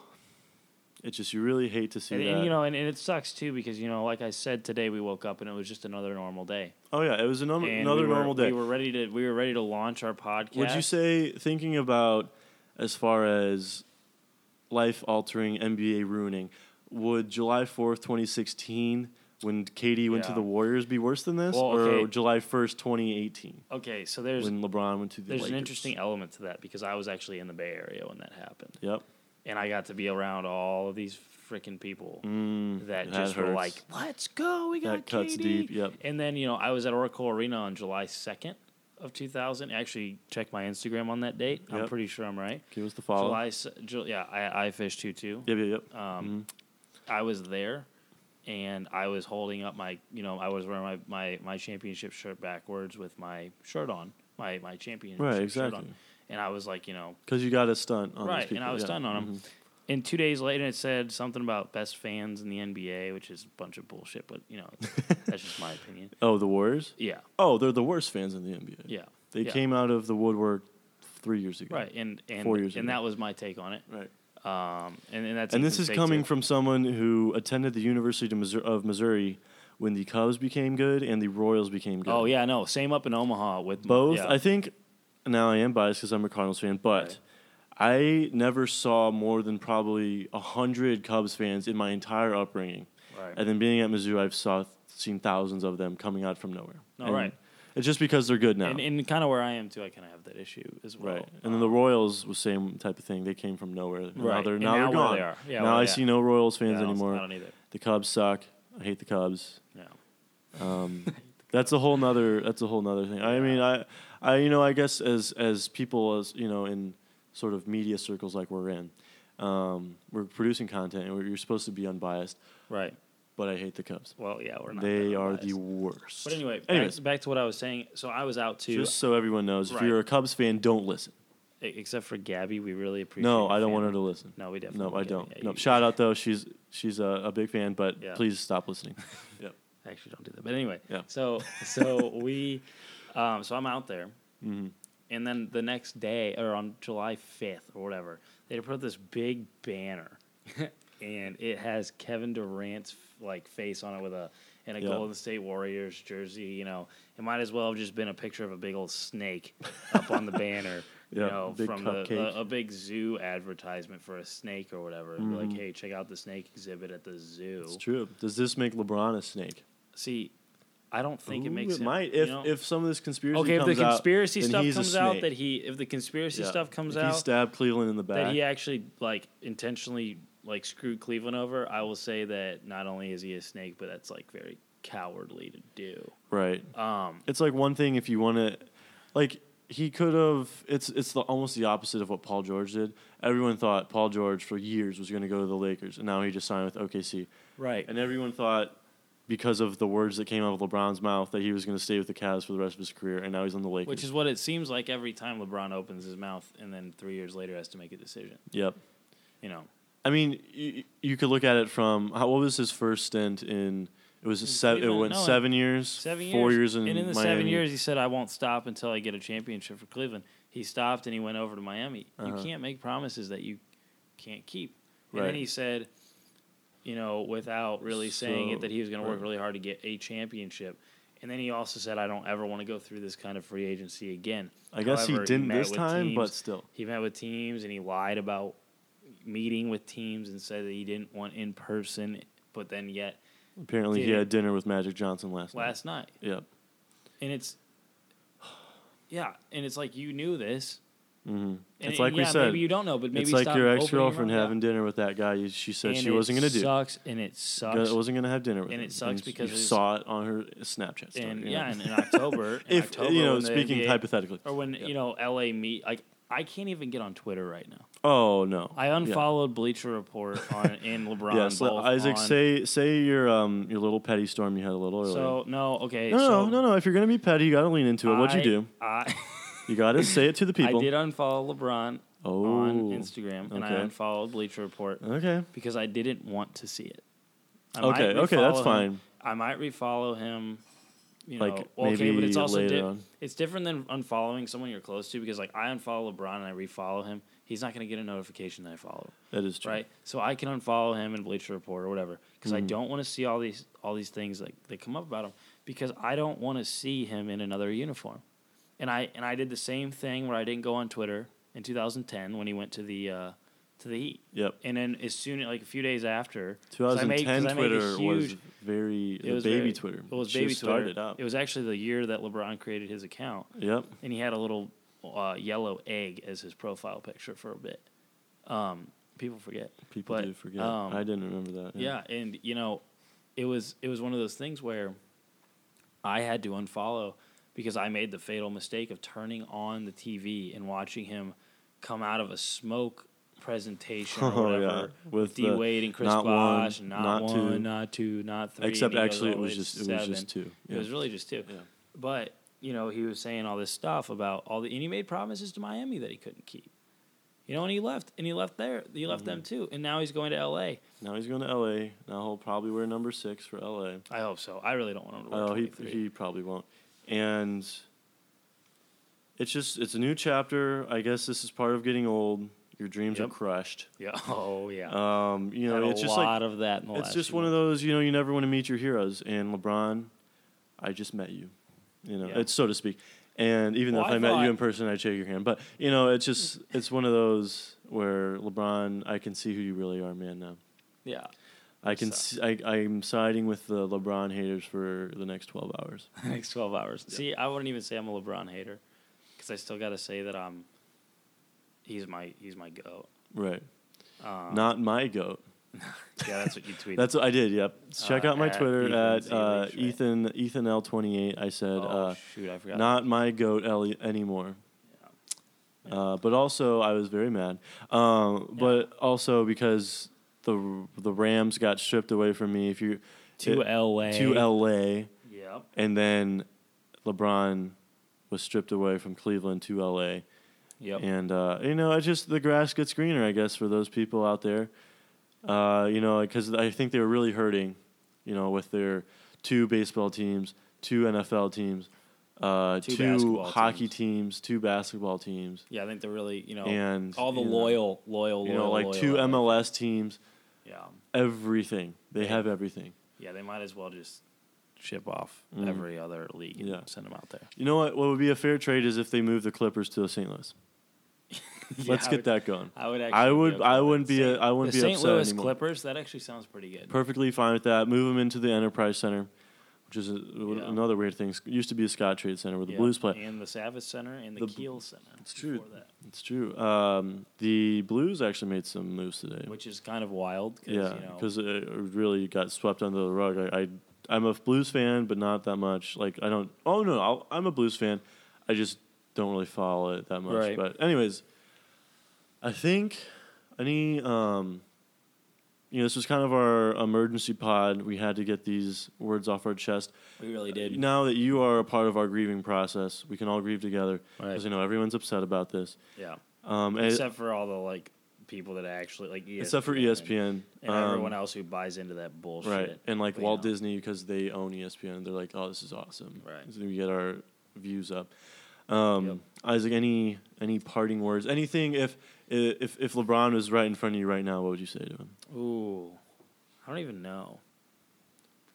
S1: it's just you really hate to see
S2: And,
S1: that.
S2: and, you know, and, and it sucks too because you know, like I said today, we woke up and it was just another normal day.
S1: oh yeah, it was a norm-
S2: And
S1: another
S2: we were-
S1: normal day.
S2: We were ready to we were ready to launch our podcast.
S1: Would you say thinking about as far as life altering, NBA ruining, would July fourth, twenty sixteen, when Katie went to
S2: Yeah.
S1: the Warriors, be worse than this,
S2: Well,
S1: or
S2: okay.
S1: July first, twenty eighteen?
S2: Okay, so there's
S1: when LeBron went to the
S2: there's an
S1: Lakers.
S2: interesting element to that because I was actually in the Bay Area when that happened,
S1: Yep.
S2: and I got to be around all of these freaking people
S1: Mm,
S2: that just were
S1: hurts.
S2: like, "Let's go, we
S1: That
S2: got
S1: cuts
S2: KD."
S1: deep, yep.
S2: And then you know I was at Oracle Arena on July second of two thousand. Actually, check my Instagram on that date. I'm
S1: Yep.
S2: pretty sure I'm right.
S1: Give us the follow.
S2: July, s- Ju- yeah, I, I fished two two.
S1: Yep, yep, yep.
S2: Um,
S1: Mm-hmm.
S2: I was there, and I was holding up my, you know, I was wearing my, my, my championship shirt backwards with my shirt on, my my championship
S1: Right,
S2: shirt
S1: exactly.
S2: on, and I was like, you know,
S1: Because you got a stunt on these
S2: right,
S1: people.
S2: and I was
S1: yeah. mm-hmm.
S2: stunned on him, and two days later, it said something about best fans in the NBA, which is a bunch of bullshit. But you know, that's just
S1: <laughs>
S2: my opinion.
S1: Oh, the Warriors?
S2: Yeah,
S1: Oh, they're the worst fans in the NBA.
S2: yeah,
S1: They
S2: yeah.
S1: came out of the woodwork three years ago.
S2: right. And and
S1: Four years
S2: and
S1: ago.
S2: that was my take on it.
S1: Right.
S2: Um, and, and that's
S1: And
S2: a
S1: this is
S2: mistake
S1: coming
S2: too.
S1: from someone who attended the University to Missouri, of Missouri when the Cubs became good and the Royals became good.
S2: Oh yeah, no, same up in Omaha with
S1: Both,
S2: yeah.
S1: I think, now I am biased because I'm a Cardinals fan, but I never saw more than probably 100 Cubs fans in my entire upbringing.
S2: Right.
S1: And then being at Mizzou, I've saw, seen thousands of them coming out from nowhere.
S2: Oh,
S1: And
S2: right.
S1: It's just because they're good now.
S2: and, and kind of where I am too, I kind of have that issue as well. Uh,
S1: Right, and then the Royals was same type of thing. They came from nowhere. and Now
S2: Right.
S1: they're
S2: And
S1: now,
S2: now
S1: they're
S2: where
S1: gone.
S2: they are. Yeah,
S1: now
S2: well,
S1: I
S2: yeah.
S1: see no Royals
S2: Yeah,
S1: fans
S2: I don't- I
S1: anymore.
S2: don't either.
S1: The Cubs suck. I hate the Cubs.
S2: No.
S1: Um, <laughs> that's a whole nother. That's a whole nother thing. I mean, I, I you know, I guess as as people as you know in sort of media circles like we're in, um, we're producing content and we're, you're supposed to be unbiased.
S2: Right.
S1: But I hate the Cubs.
S2: Well, yeah, we're not.
S1: They
S2: that
S1: are
S2: biased.
S1: the worst.
S2: But anyway, back,
S1: anyways,
S2: back to what I was saying. So I was out too,
S1: just so everyone knows, if
S2: Right.
S1: you're a Cubs fan, don't listen.
S2: e- except for Gabby. We really appreciate.
S1: No,
S2: her
S1: I don't want her
S2: family.
S1: to listen.
S2: No, we definitely.
S1: No, I
S2: get it.
S1: don't.
S2: Yeah,
S1: no,
S2: you-
S1: shout out though. She's she's a, a big fan, but
S2: Yeah.
S1: please stop
S2: <laughs>
S1: listening. yep.
S2: I actually don't do that. But anyway,
S1: Yeah.
S2: so
S1: <laughs>
S2: so we, um, so I'm out there,
S1: Mhm.
S2: and then the next day or on July 5th or whatever, they put up this big banner, <laughs> and it has Kevin Durant's like face on it with a and a
S1: Yeah.
S2: Golden State Warriors jersey. You know, it might as well have just been a picture of a big old snake up on
S1: <laughs>
S2: the banner.
S1: Yeah,
S2: you know,
S1: big
S2: from the,
S1: cupcake.
S2: a, a big zoo advertisement for a snake or whatever. It'd be Like, hey, check out the snake exhibit at the zoo.
S1: Mm-hmm. It's true. Does this make LeBron a snake?
S2: See, I don't think it
S1: Ooh,
S2: makes
S1: it
S2: sense,
S1: might
S2: you
S1: if
S2: know?
S1: if some of this conspiracy.
S2: okay if the
S1: comes out,
S2: conspiracy
S1: then
S2: stuff
S1: he's a
S2: comes out
S1: snake.
S2: that he if the conspiracy
S1: Yeah.
S2: stuff comes
S1: If he
S2: out
S1: stabbed Cleveland in the back.
S2: that he actually like intentionally like screwed Cleveland over, I will say that not only is he a snake, but that's like very cowardly to do.
S1: right.
S2: Um,
S1: It's like one thing if you want to, like he could have. It's it's the, almost the opposite of what Paul George did. Everyone thought Paul George for years was going to go to the Lakers, and now he just signed with OKC.
S2: right.
S1: And everyone thought because of the words that came out of LeBron's mouth that he was going to stay with the Cavs for the rest of his career, and now he's on the Lakers.
S2: Which is what it seems like every time LeBron opens his mouth, and then three years later has to make a decision.
S1: yep.
S2: You know,
S1: I mean, you, you could look at it from how, what was his first stint in? It was a se- it
S2: Cleveland,
S1: went
S2: no, in
S1: seven years,
S2: seven years,
S1: four years, in
S2: and in the
S1: Miami.
S2: seven years, he said, "I won't stop until I get a championship for Cleveland." He stopped and he went over to Miami.
S1: Uh-huh.
S2: You can't make promises that you can't keep. And
S1: Right.
S2: then he said, you know, without really saying
S1: So-
S2: it, that he was going to work
S1: right.
S2: really hard to get a championship. And then he also said, "I don't ever want to go through this kind of free agency again."
S1: I guess
S2: However,
S1: he didn't
S2: met
S1: this
S2: with
S1: time,
S2: teams-
S1: but still,
S2: he met with teams and he lied about meeting with teams and said that he didn't want in person. But then yet
S1: apparently he
S2: Did it-
S1: had dinner with Magic Johnson last night.
S2: last night,
S1: Yep.
S2: and it's yeah, and it's like you knew this.
S1: hmm
S2: And,
S1: It's like
S2: and
S1: we
S2: yeah,
S1: said,
S2: maybe you don't know, but maybe
S1: It's like
S2: stop
S1: your
S2: opening
S1: ex girlfriend
S2: mouth.
S1: having dinner with that guy. you- She said
S2: And
S1: she
S2: it
S1: wasn't going to do.
S2: Sucks, and it sucks.
S1: wasn't going to have dinner with
S2: And
S1: him.
S2: it sucks because
S1: you
S2: it's-
S1: saw it on her Snapchat. Story,
S2: and
S1: you know?
S2: yeah, and
S1: <laughs>
S2: in October, in
S1: if
S2: October,
S1: you know,
S2: when the
S1: speaking
S2: NBA
S1: hypothetically,
S2: or when
S1: Yeah.
S2: you know LA meet, like I can't even get on Twitter right now.
S1: oh no,
S2: I
S1: Yeah.
S2: unfollowed
S1: <laughs>
S2: Bleacher Report on and LeBron.
S1: Yes, let-
S2: both
S1: Isaac.
S2: on-
S1: Say say your um your little petty storm you had a little earlier.
S2: so no, okay,
S1: no,
S2: so
S1: no, no, no. If you're gonna be petty, you gotta lean into it. What'd you
S2: I- <laughs>
S1: do?
S2: I,
S1: You gotta say it to the
S2: <laughs> I
S1: people.
S2: did unfollow LeBron
S1: oh,
S2: on Instagram, and I
S1: okay.
S2: unfollowed Bleacher Report
S1: okay,
S2: because I didn't want to see it. I might
S1: okay, okay. That's
S2: refollow him.
S1: fine.
S2: I might refollow him. You know,
S1: Like,
S2: okay,
S1: maybe
S2: but it's also
S1: later
S2: di-
S1: on.
S2: it's different than unfollowing someone you're close to because like I unfollow LeBron and I refollow him. He's not going to get a notification that I follow,
S1: That is true. Mm-hmm.
S2: right? So I can unfollow him and Bleacher Report or whatever because I don't want to see all these all these things like that come up about him because I don't want to see him in another uniform. And I and I did the same thing where I didn't go on Twitter in 2010 when he went to the uh, to the Heat.
S1: Yep.
S2: And then as soon like a few days after, 'cause I made-
S1: 2010
S2: 'cause I made a
S1: Twitter was
S2: huge-
S1: very the
S2: it was
S1: baby
S2: very-
S1: Twitter.
S2: It was
S1: Should've
S2: baby Twitter.
S1: started up.
S2: It was actually the year that LeBron created his account,
S1: Yep.
S2: and he had a little uh, yellow egg as his profile picture for a bit. Um, people forget.
S1: People
S2: But,
S1: do forget.
S2: um,
S1: I didn't remember that. <laughs>
S2: Yeah. and you know, it was it was one of those things where I had to unfollow because I made the fatal mistake of turning on the TV and watching him come out of a smoke presentation or
S1: <laughs> Oh, yeah.
S2: whatever
S1: With
S2: D
S1: the
S2: Wade and Chris
S1: not one,
S2: Bosh, not,
S1: not
S2: one,
S1: two.
S2: not two, not three.
S1: Except
S2: and he goes
S1: actually,
S2: all
S1: it
S2: the
S1: was
S2: way to
S1: just it was
S2: seven.
S1: just two.
S2: It
S1: Yeah.
S2: was really just two.
S1: Yeah.
S2: But you know, he was saying all this stuff about all the, and he made promises to Miami that he couldn't keep. You know, and he left, and he left there. He left
S1: Mm-hmm.
S2: them too, and now he's going to L.A.
S1: Now he's going to LA. Now he'll probably wear number six for LA.
S2: I hope so. I really don't want him to wear
S1: Oh, he
S2: 23.
S1: he probably won't. And it's just it's a new chapter. I guess this is part of getting old. Your dreams
S2: Yep.
S1: are crushed.
S2: yeah. <laughs> Oh yeah.
S1: Um, you know,
S2: Had
S1: it's
S2: a
S1: just like
S2: lot of that. In the
S1: it's
S2: last
S1: just
S2: few
S1: one of
S2: months.
S1: those. You know, you never want to meet your heroes. And LeBron, I just met you. You know,
S2: Yeah.
S1: it's so to speak. And even
S2: Well,
S1: though if
S2: I
S1: I, met
S2: thought-
S1: you in person, I'd shake your hand. But you know, it's just it's one of those where LeBron, I can see who you really are, man. Now
S2: Yeah. <laughs>
S1: I can.
S2: So-
S1: See, I, I'm siding with the LeBron haters for the next 12 hours.
S2: next 12 hours. See, I wouldn't even say I'm a LeBron hater because I still got to say that I'm. He's my he's my goat.
S1: Right.
S2: Um,
S1: Not my goat.
S2: yeah, that's what you tweeted.
S1: That's what I did. Yep. Check
S2: Uh,
S1: out my
S2: at
S1: Twitter
S2: Ethan
S1: at
S2: Z.
S1: uh,
S2: Leach, right?
S1: Ethan Ethan L twenty eight. I said
S2: oh,
S1: uh,
S2: shoot, I forgot.
S1: not my goat L- anymore.
S2: Yeah.
S1: Uh, but also, I was very mad. Um, But also because the the Rams got stripped away from me. If you
S2: to LA.
S1: to L.A.
S2: Yep.
S1: and then LeBron was stripped away from Cleveland to L.A.
S2: Yep.
S1: And uh, you know, it's just the grass gets greener, I guess, for those people out there. Uh, you know, because I think they were really hurting, you know, with their two baseball teams, two NFL teams, uh,
S2: Two
S1: two,
S2: basketball
S1: hockey teams. two basketball teams,
S2: yeah, I think they're really you know
S1: and
S2: all the
S1: you know,
S2: loyal, loyal, loyal,
S1: you know, like
S2: loyal
S1: two
S2: LA.
S1: MLS teams.
S2: Yeah.
S1: Everything they have, everything.
S2: Yeah, they might as well just ship off
S1: Mhm.
S2: every other league and
S1: Yeah.
S2: send them out there.
S1: You know what? What would be a fair trade is if they move the Clippers to St.
S2: <laughs>
S1: Louis. <laughs> Let's
S2: Yeah, I
S1: get
S2: would-
S1: that going.
S2: I would. Actually
S1: I
S2: be
S1: would.
S2: okay
S1: I
S2: with
S1: wouldn't be. A,
S2: Saint-
S1: I wouldn't
S2: the
S1: be
S2: St.
S1: upset
S2: Louis
S1: anymore.
S2: Clippers. That actually sounds pretty good.
S1: perfectly fine with that. Move him into the Enterprise Center, which is a,
S2: Yeah.
S1: another weird thing. It used to be a Scott Trade Center where the
S2: Yeah,
S1: Blues play.
S2: And the Savage Center and the,
S1: The-
S2: Keel Center.
S1: It's true.
S2: before that,
S1: It's true. Um, the Blues actually made some moves today.
S2: which is kind of wild. Cause,
S1: yeah,
S2: You know,
S1: because it really got swept under the rug. I, I I'm a Blues fan, but not that much. Like I don't. Oh no, I'll, I'm a Blues fan. I just don't really follow it that much.
S2: Right.
S1: But anyways, I think any um, you know, this was kind of our emergency pod. We had to get these words off our chest.
S2: we really
S1: uh,
S2: did.
S1: Now that you are a part of our grieving process, we can all grieve together
S2: Right.
S1: because I know everyone's upset about this.
S2: Yeah.
S1: Um, and-
S2: Except for all the like people that actually like E ESPN
S1: except for E ESPN
S2: and, and
S1: um,
S2: everyone else who buys into that bullshit.
S1: right? And like
S2: But, you
S1: Walt
S2: know,
S1: Disney because they own ESPN, they're like, "Oh, this is awesome!"
S2: Right.
S1: So we get our views up. Um,
S2: Yep.
S1: Isaac, any any parting words? Anything? If if if LeBron was right in front of you right now, what would you say to him?
S2: Ooh, I don't even know.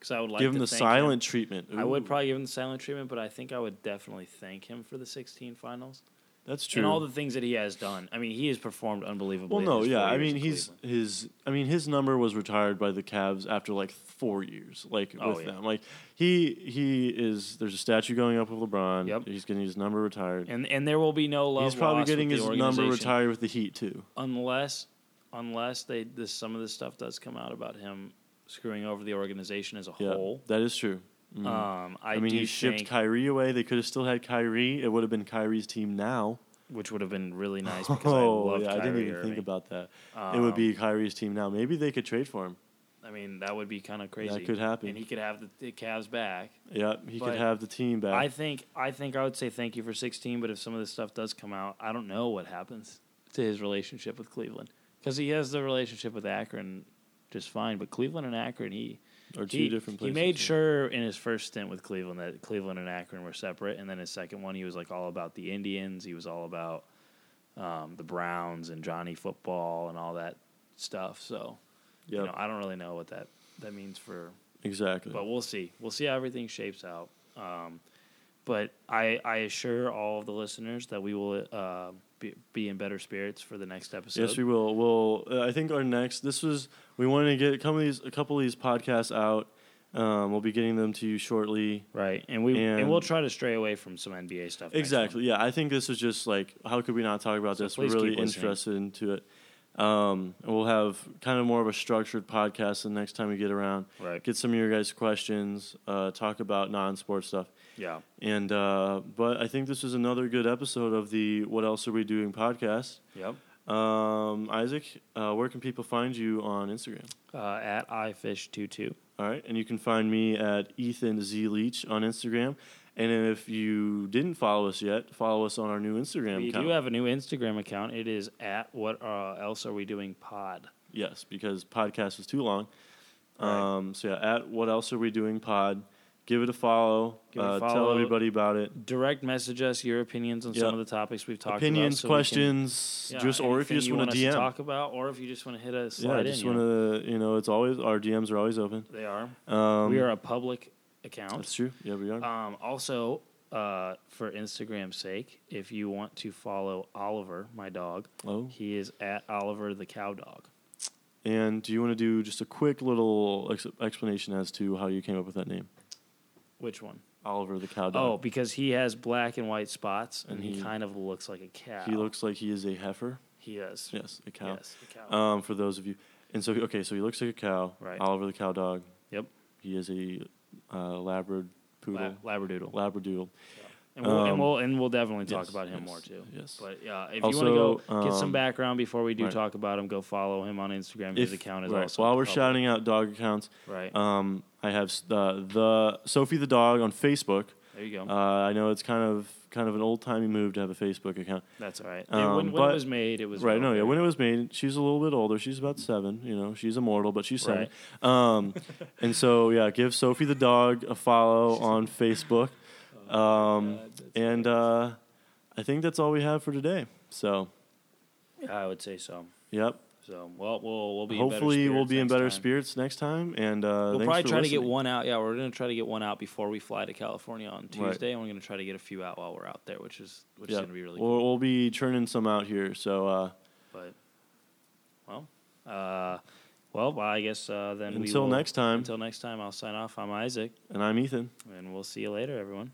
S2: Because I would like
S1: give him
S2: to
S1: the
S2: thank
S1: silent treatment.
S2: I would
S1: Ooh,
S2: probably give him the silent treatment, but I think I would definitely thank him for the 16 finals
S1: That's true.
S2: and all the things that he has done. I mean, he has performed unbelievably.
S1: well,
S2: in
S1: no,
S2: his
S1: yeah.
S2: four
S1: I
S2: years
S1: mean,
S2: in
S1: he's
S2: Cleveland.
S1: his. I mean, his number was retired by the Cavs after like four years, like
S2: Oh,
S1: with
S2: yeah.
S1: them. Like he he is. There's a statue going up with LeBron.
S2: Yep.
S1: He's getting his number retired.
S2: And and there will be no love.
S1: He's probably
S2: lost with
S1: getting
S2: the
S1: his number
S2: organization
S1: retired with the Heat too.
S2: unless unless they this some of this stuff does come out about him screwing over the organization as a
S1: Yeah,
S2: whole.
S1: that is true. Mhm.
S2: Um, I,
S1: I, mean,
S2: do
S1: he shipped
S2: think-
S1: Kyrie away. They could have still had Kyrie. It would have been Kyrie's team
S2: <laughs>
S1: now.
S2: which would have been really nice because I
S1: oh,
S2: love
S1: yeah,
S2: Kyrie
S1: I didn't even
S2: Irving. Um,
S1: think about that. it would be Kyrie's team now. Maybe they could trade for him.
S2: I mean, that would be kind of crazy.
S1: could happen.
S2: and he could have the, the Cavs back.
S1: Yep, he
S2: But
S1: could have the team back.
S2: I think I think I would say thank you for 16, but if some of this stuff does come out, I don't know what happens to his relationship with Cleveland because he has the relationship with Akron just fine, but Cleveland and Akron, he
S1: or two
S2: he,
S1: different
S2: he
S1: places.
S2: made sure in his first stint with Cleveland that Cleveland and Akron were separate, and then his second one, he was like all about the Indians. He was all about um, the Browns and Johnny football and all that stuff. So,
S1: Yep,
S2: you know, I don't really know what that that means for
S1: exactly.
S2: but we'll see. We'll see how everything shapes out. Um, but I, I assure all of the listeners that we will uh, be, be in better spirits for the next episode.
S1: Yes, we will. Well, uh, I think our next. This was we wanted to get come these a couple of these podcasts out. Um, we'll be getting them to you shortly.
S2: right, and we and,
S1: And-
S2: we'll try to stray away from some NBA stuff. next
S1: Exactly. Yeah, I think this is just like how could we not talk about
S2: So
S1: this? We're
S2: please keep
S1: really
S2: listening.
S1: interested into it. Um, and we'll have kind of more of a structured podcast the next time we get around.
S2: time. Right.
S1: Get some of your guys' questions. Uh, talk about non-sports stuff.
S2: Yeah.
S1: And uh, but I think this is another good episode of the What Else Are We Doing podcast.
S2: Yep.
S1: Um, Isaac, uh, where can people find you on Instagram?
S2: Uh, at ifish22.
S1: All right, and you can find me at Ethan Z Leach on Instagram, And then if you didn't follow us yet, follow us on our new Instagram
S2: We
S1: account.
S2: do have a new Instagram account. It is at what uh, else are we doing pod.
S1: yes, because podcast was too long.
S2: Right.
S1: Um, so yeah, at what else are we doing pod? Give it a follow.
S2: Give it a
S1: uh, Tell
S2: follow.
S1: everybody about it.
S2: Direct message us your opinions on
S1: Yeah.
S2: some of the topics we've talked
S1: Opinions,
S2: about. so we can-
S1: questions,
S2: yeah,
S1: just or if you
S2: anything
S1: just want to
S2: us
S1: DM.
S2: to talk about, or if you just want to hit us,
S1: yeah, I
S2: slide
S1: just
S2: in. you
S1: want
S2: know.
S1: to. You know, it's always our DMs are always open.
S2: They are.
S1: Um,
S2: we are a public account.
S1: That's true. Yeah, we are.
S2: Um, also, uh, for Instagram's sake, if you want to follow Oliver, my dog,
S1: oh,
S2: he is at Oliver the cow dog.
S1: and do you want to do just a quick little ex- explanation as to how you came up with that name,
S2: Which one?
S1: Oliver the cow
S2: Oh,
S1: dog?
S2: because he has black and white spots, and,
S1: And
S2: he,
S1: he-
S2: kind of looks like a Oh, cow.
S1: he looks like he is a heifer.
S2: He is.
S1: Yes, a cow.
S2: Yes, a cow.
S1: Um, for those of you, and so okay, so he looks like a cow.
S2: Right.
S1: Oliver the cow dog.
S2: Yep.
S1: He is a uh, Labrador
S2: La-
S1: poodle.
S2: Labradoodle.
S1: Labradoodle.
S2: and, we'll, and
S1: um,
S2: we'll and we'll definitely talk
S1: Yes,
S2: about him
S1: yes,
S2: more too.
S1: Yes.
S2: But yeah, if you
S1: Also,
S2: want to go get some
S1: um,
S2: background before we do
S1: right.
S2: talk about him, go follow him on Instagram. His
S1: If-
S2: account is
S1: right,
S2: also
S1: while we're
S2: public.
S1: shouting out dog accounts,
S2: Right
S1: um, I have s- the the Sophie the dog on Facebook.
S2: there, you go.
S1: Uh, I know it's kind of kind of an old timey move to have a Facebook account.
S2: That's all right.
S1: um,
S2: when when it
S1: but-
S2: was made, it was
S1: right. No,
S2: okay.
S1: yeah. When it was made, she's a little bit older. She's about seven. You know, she's immortal, but she's seven.
S2: Right.
S1: Um, and so yeah, give Sophie the dog a follow
S2: <laughs>
S1: on Facebook.
S2: Oh,
S1: Um, and uh, I think that's all we have for today. So
S2: I would say so.
S1: yep.
S2: So well, we'll we'll be in better
S1: Hopefully we'll
S2: spirits
S1: be in
S2: next
S1: better
S2: time.
S1: spirits next time. And uh,
S2: We'll
S1: thanks
S2: probably
S1: for
S2: try to get
S1: listening.
S2: one out. Yeah, we're gonna try to get one out before we fly to California on
S1: Right.
S2: Tuesday, and we're gonna try to get a few out while we're out there, which is which is
S1: Yeah.
S2: gonna be really
S1: we'll,
S2: cool.
S1: we'll be churning some out here. So uh,
S2: But well, uh, well, I guess uh, then we
S1: until
S2: will-
S1: next time,
S2: Until next time, I'll sign off. I'm Isaac,
S1: and I'm Ethan.
S2: and we'll see you later, everyone.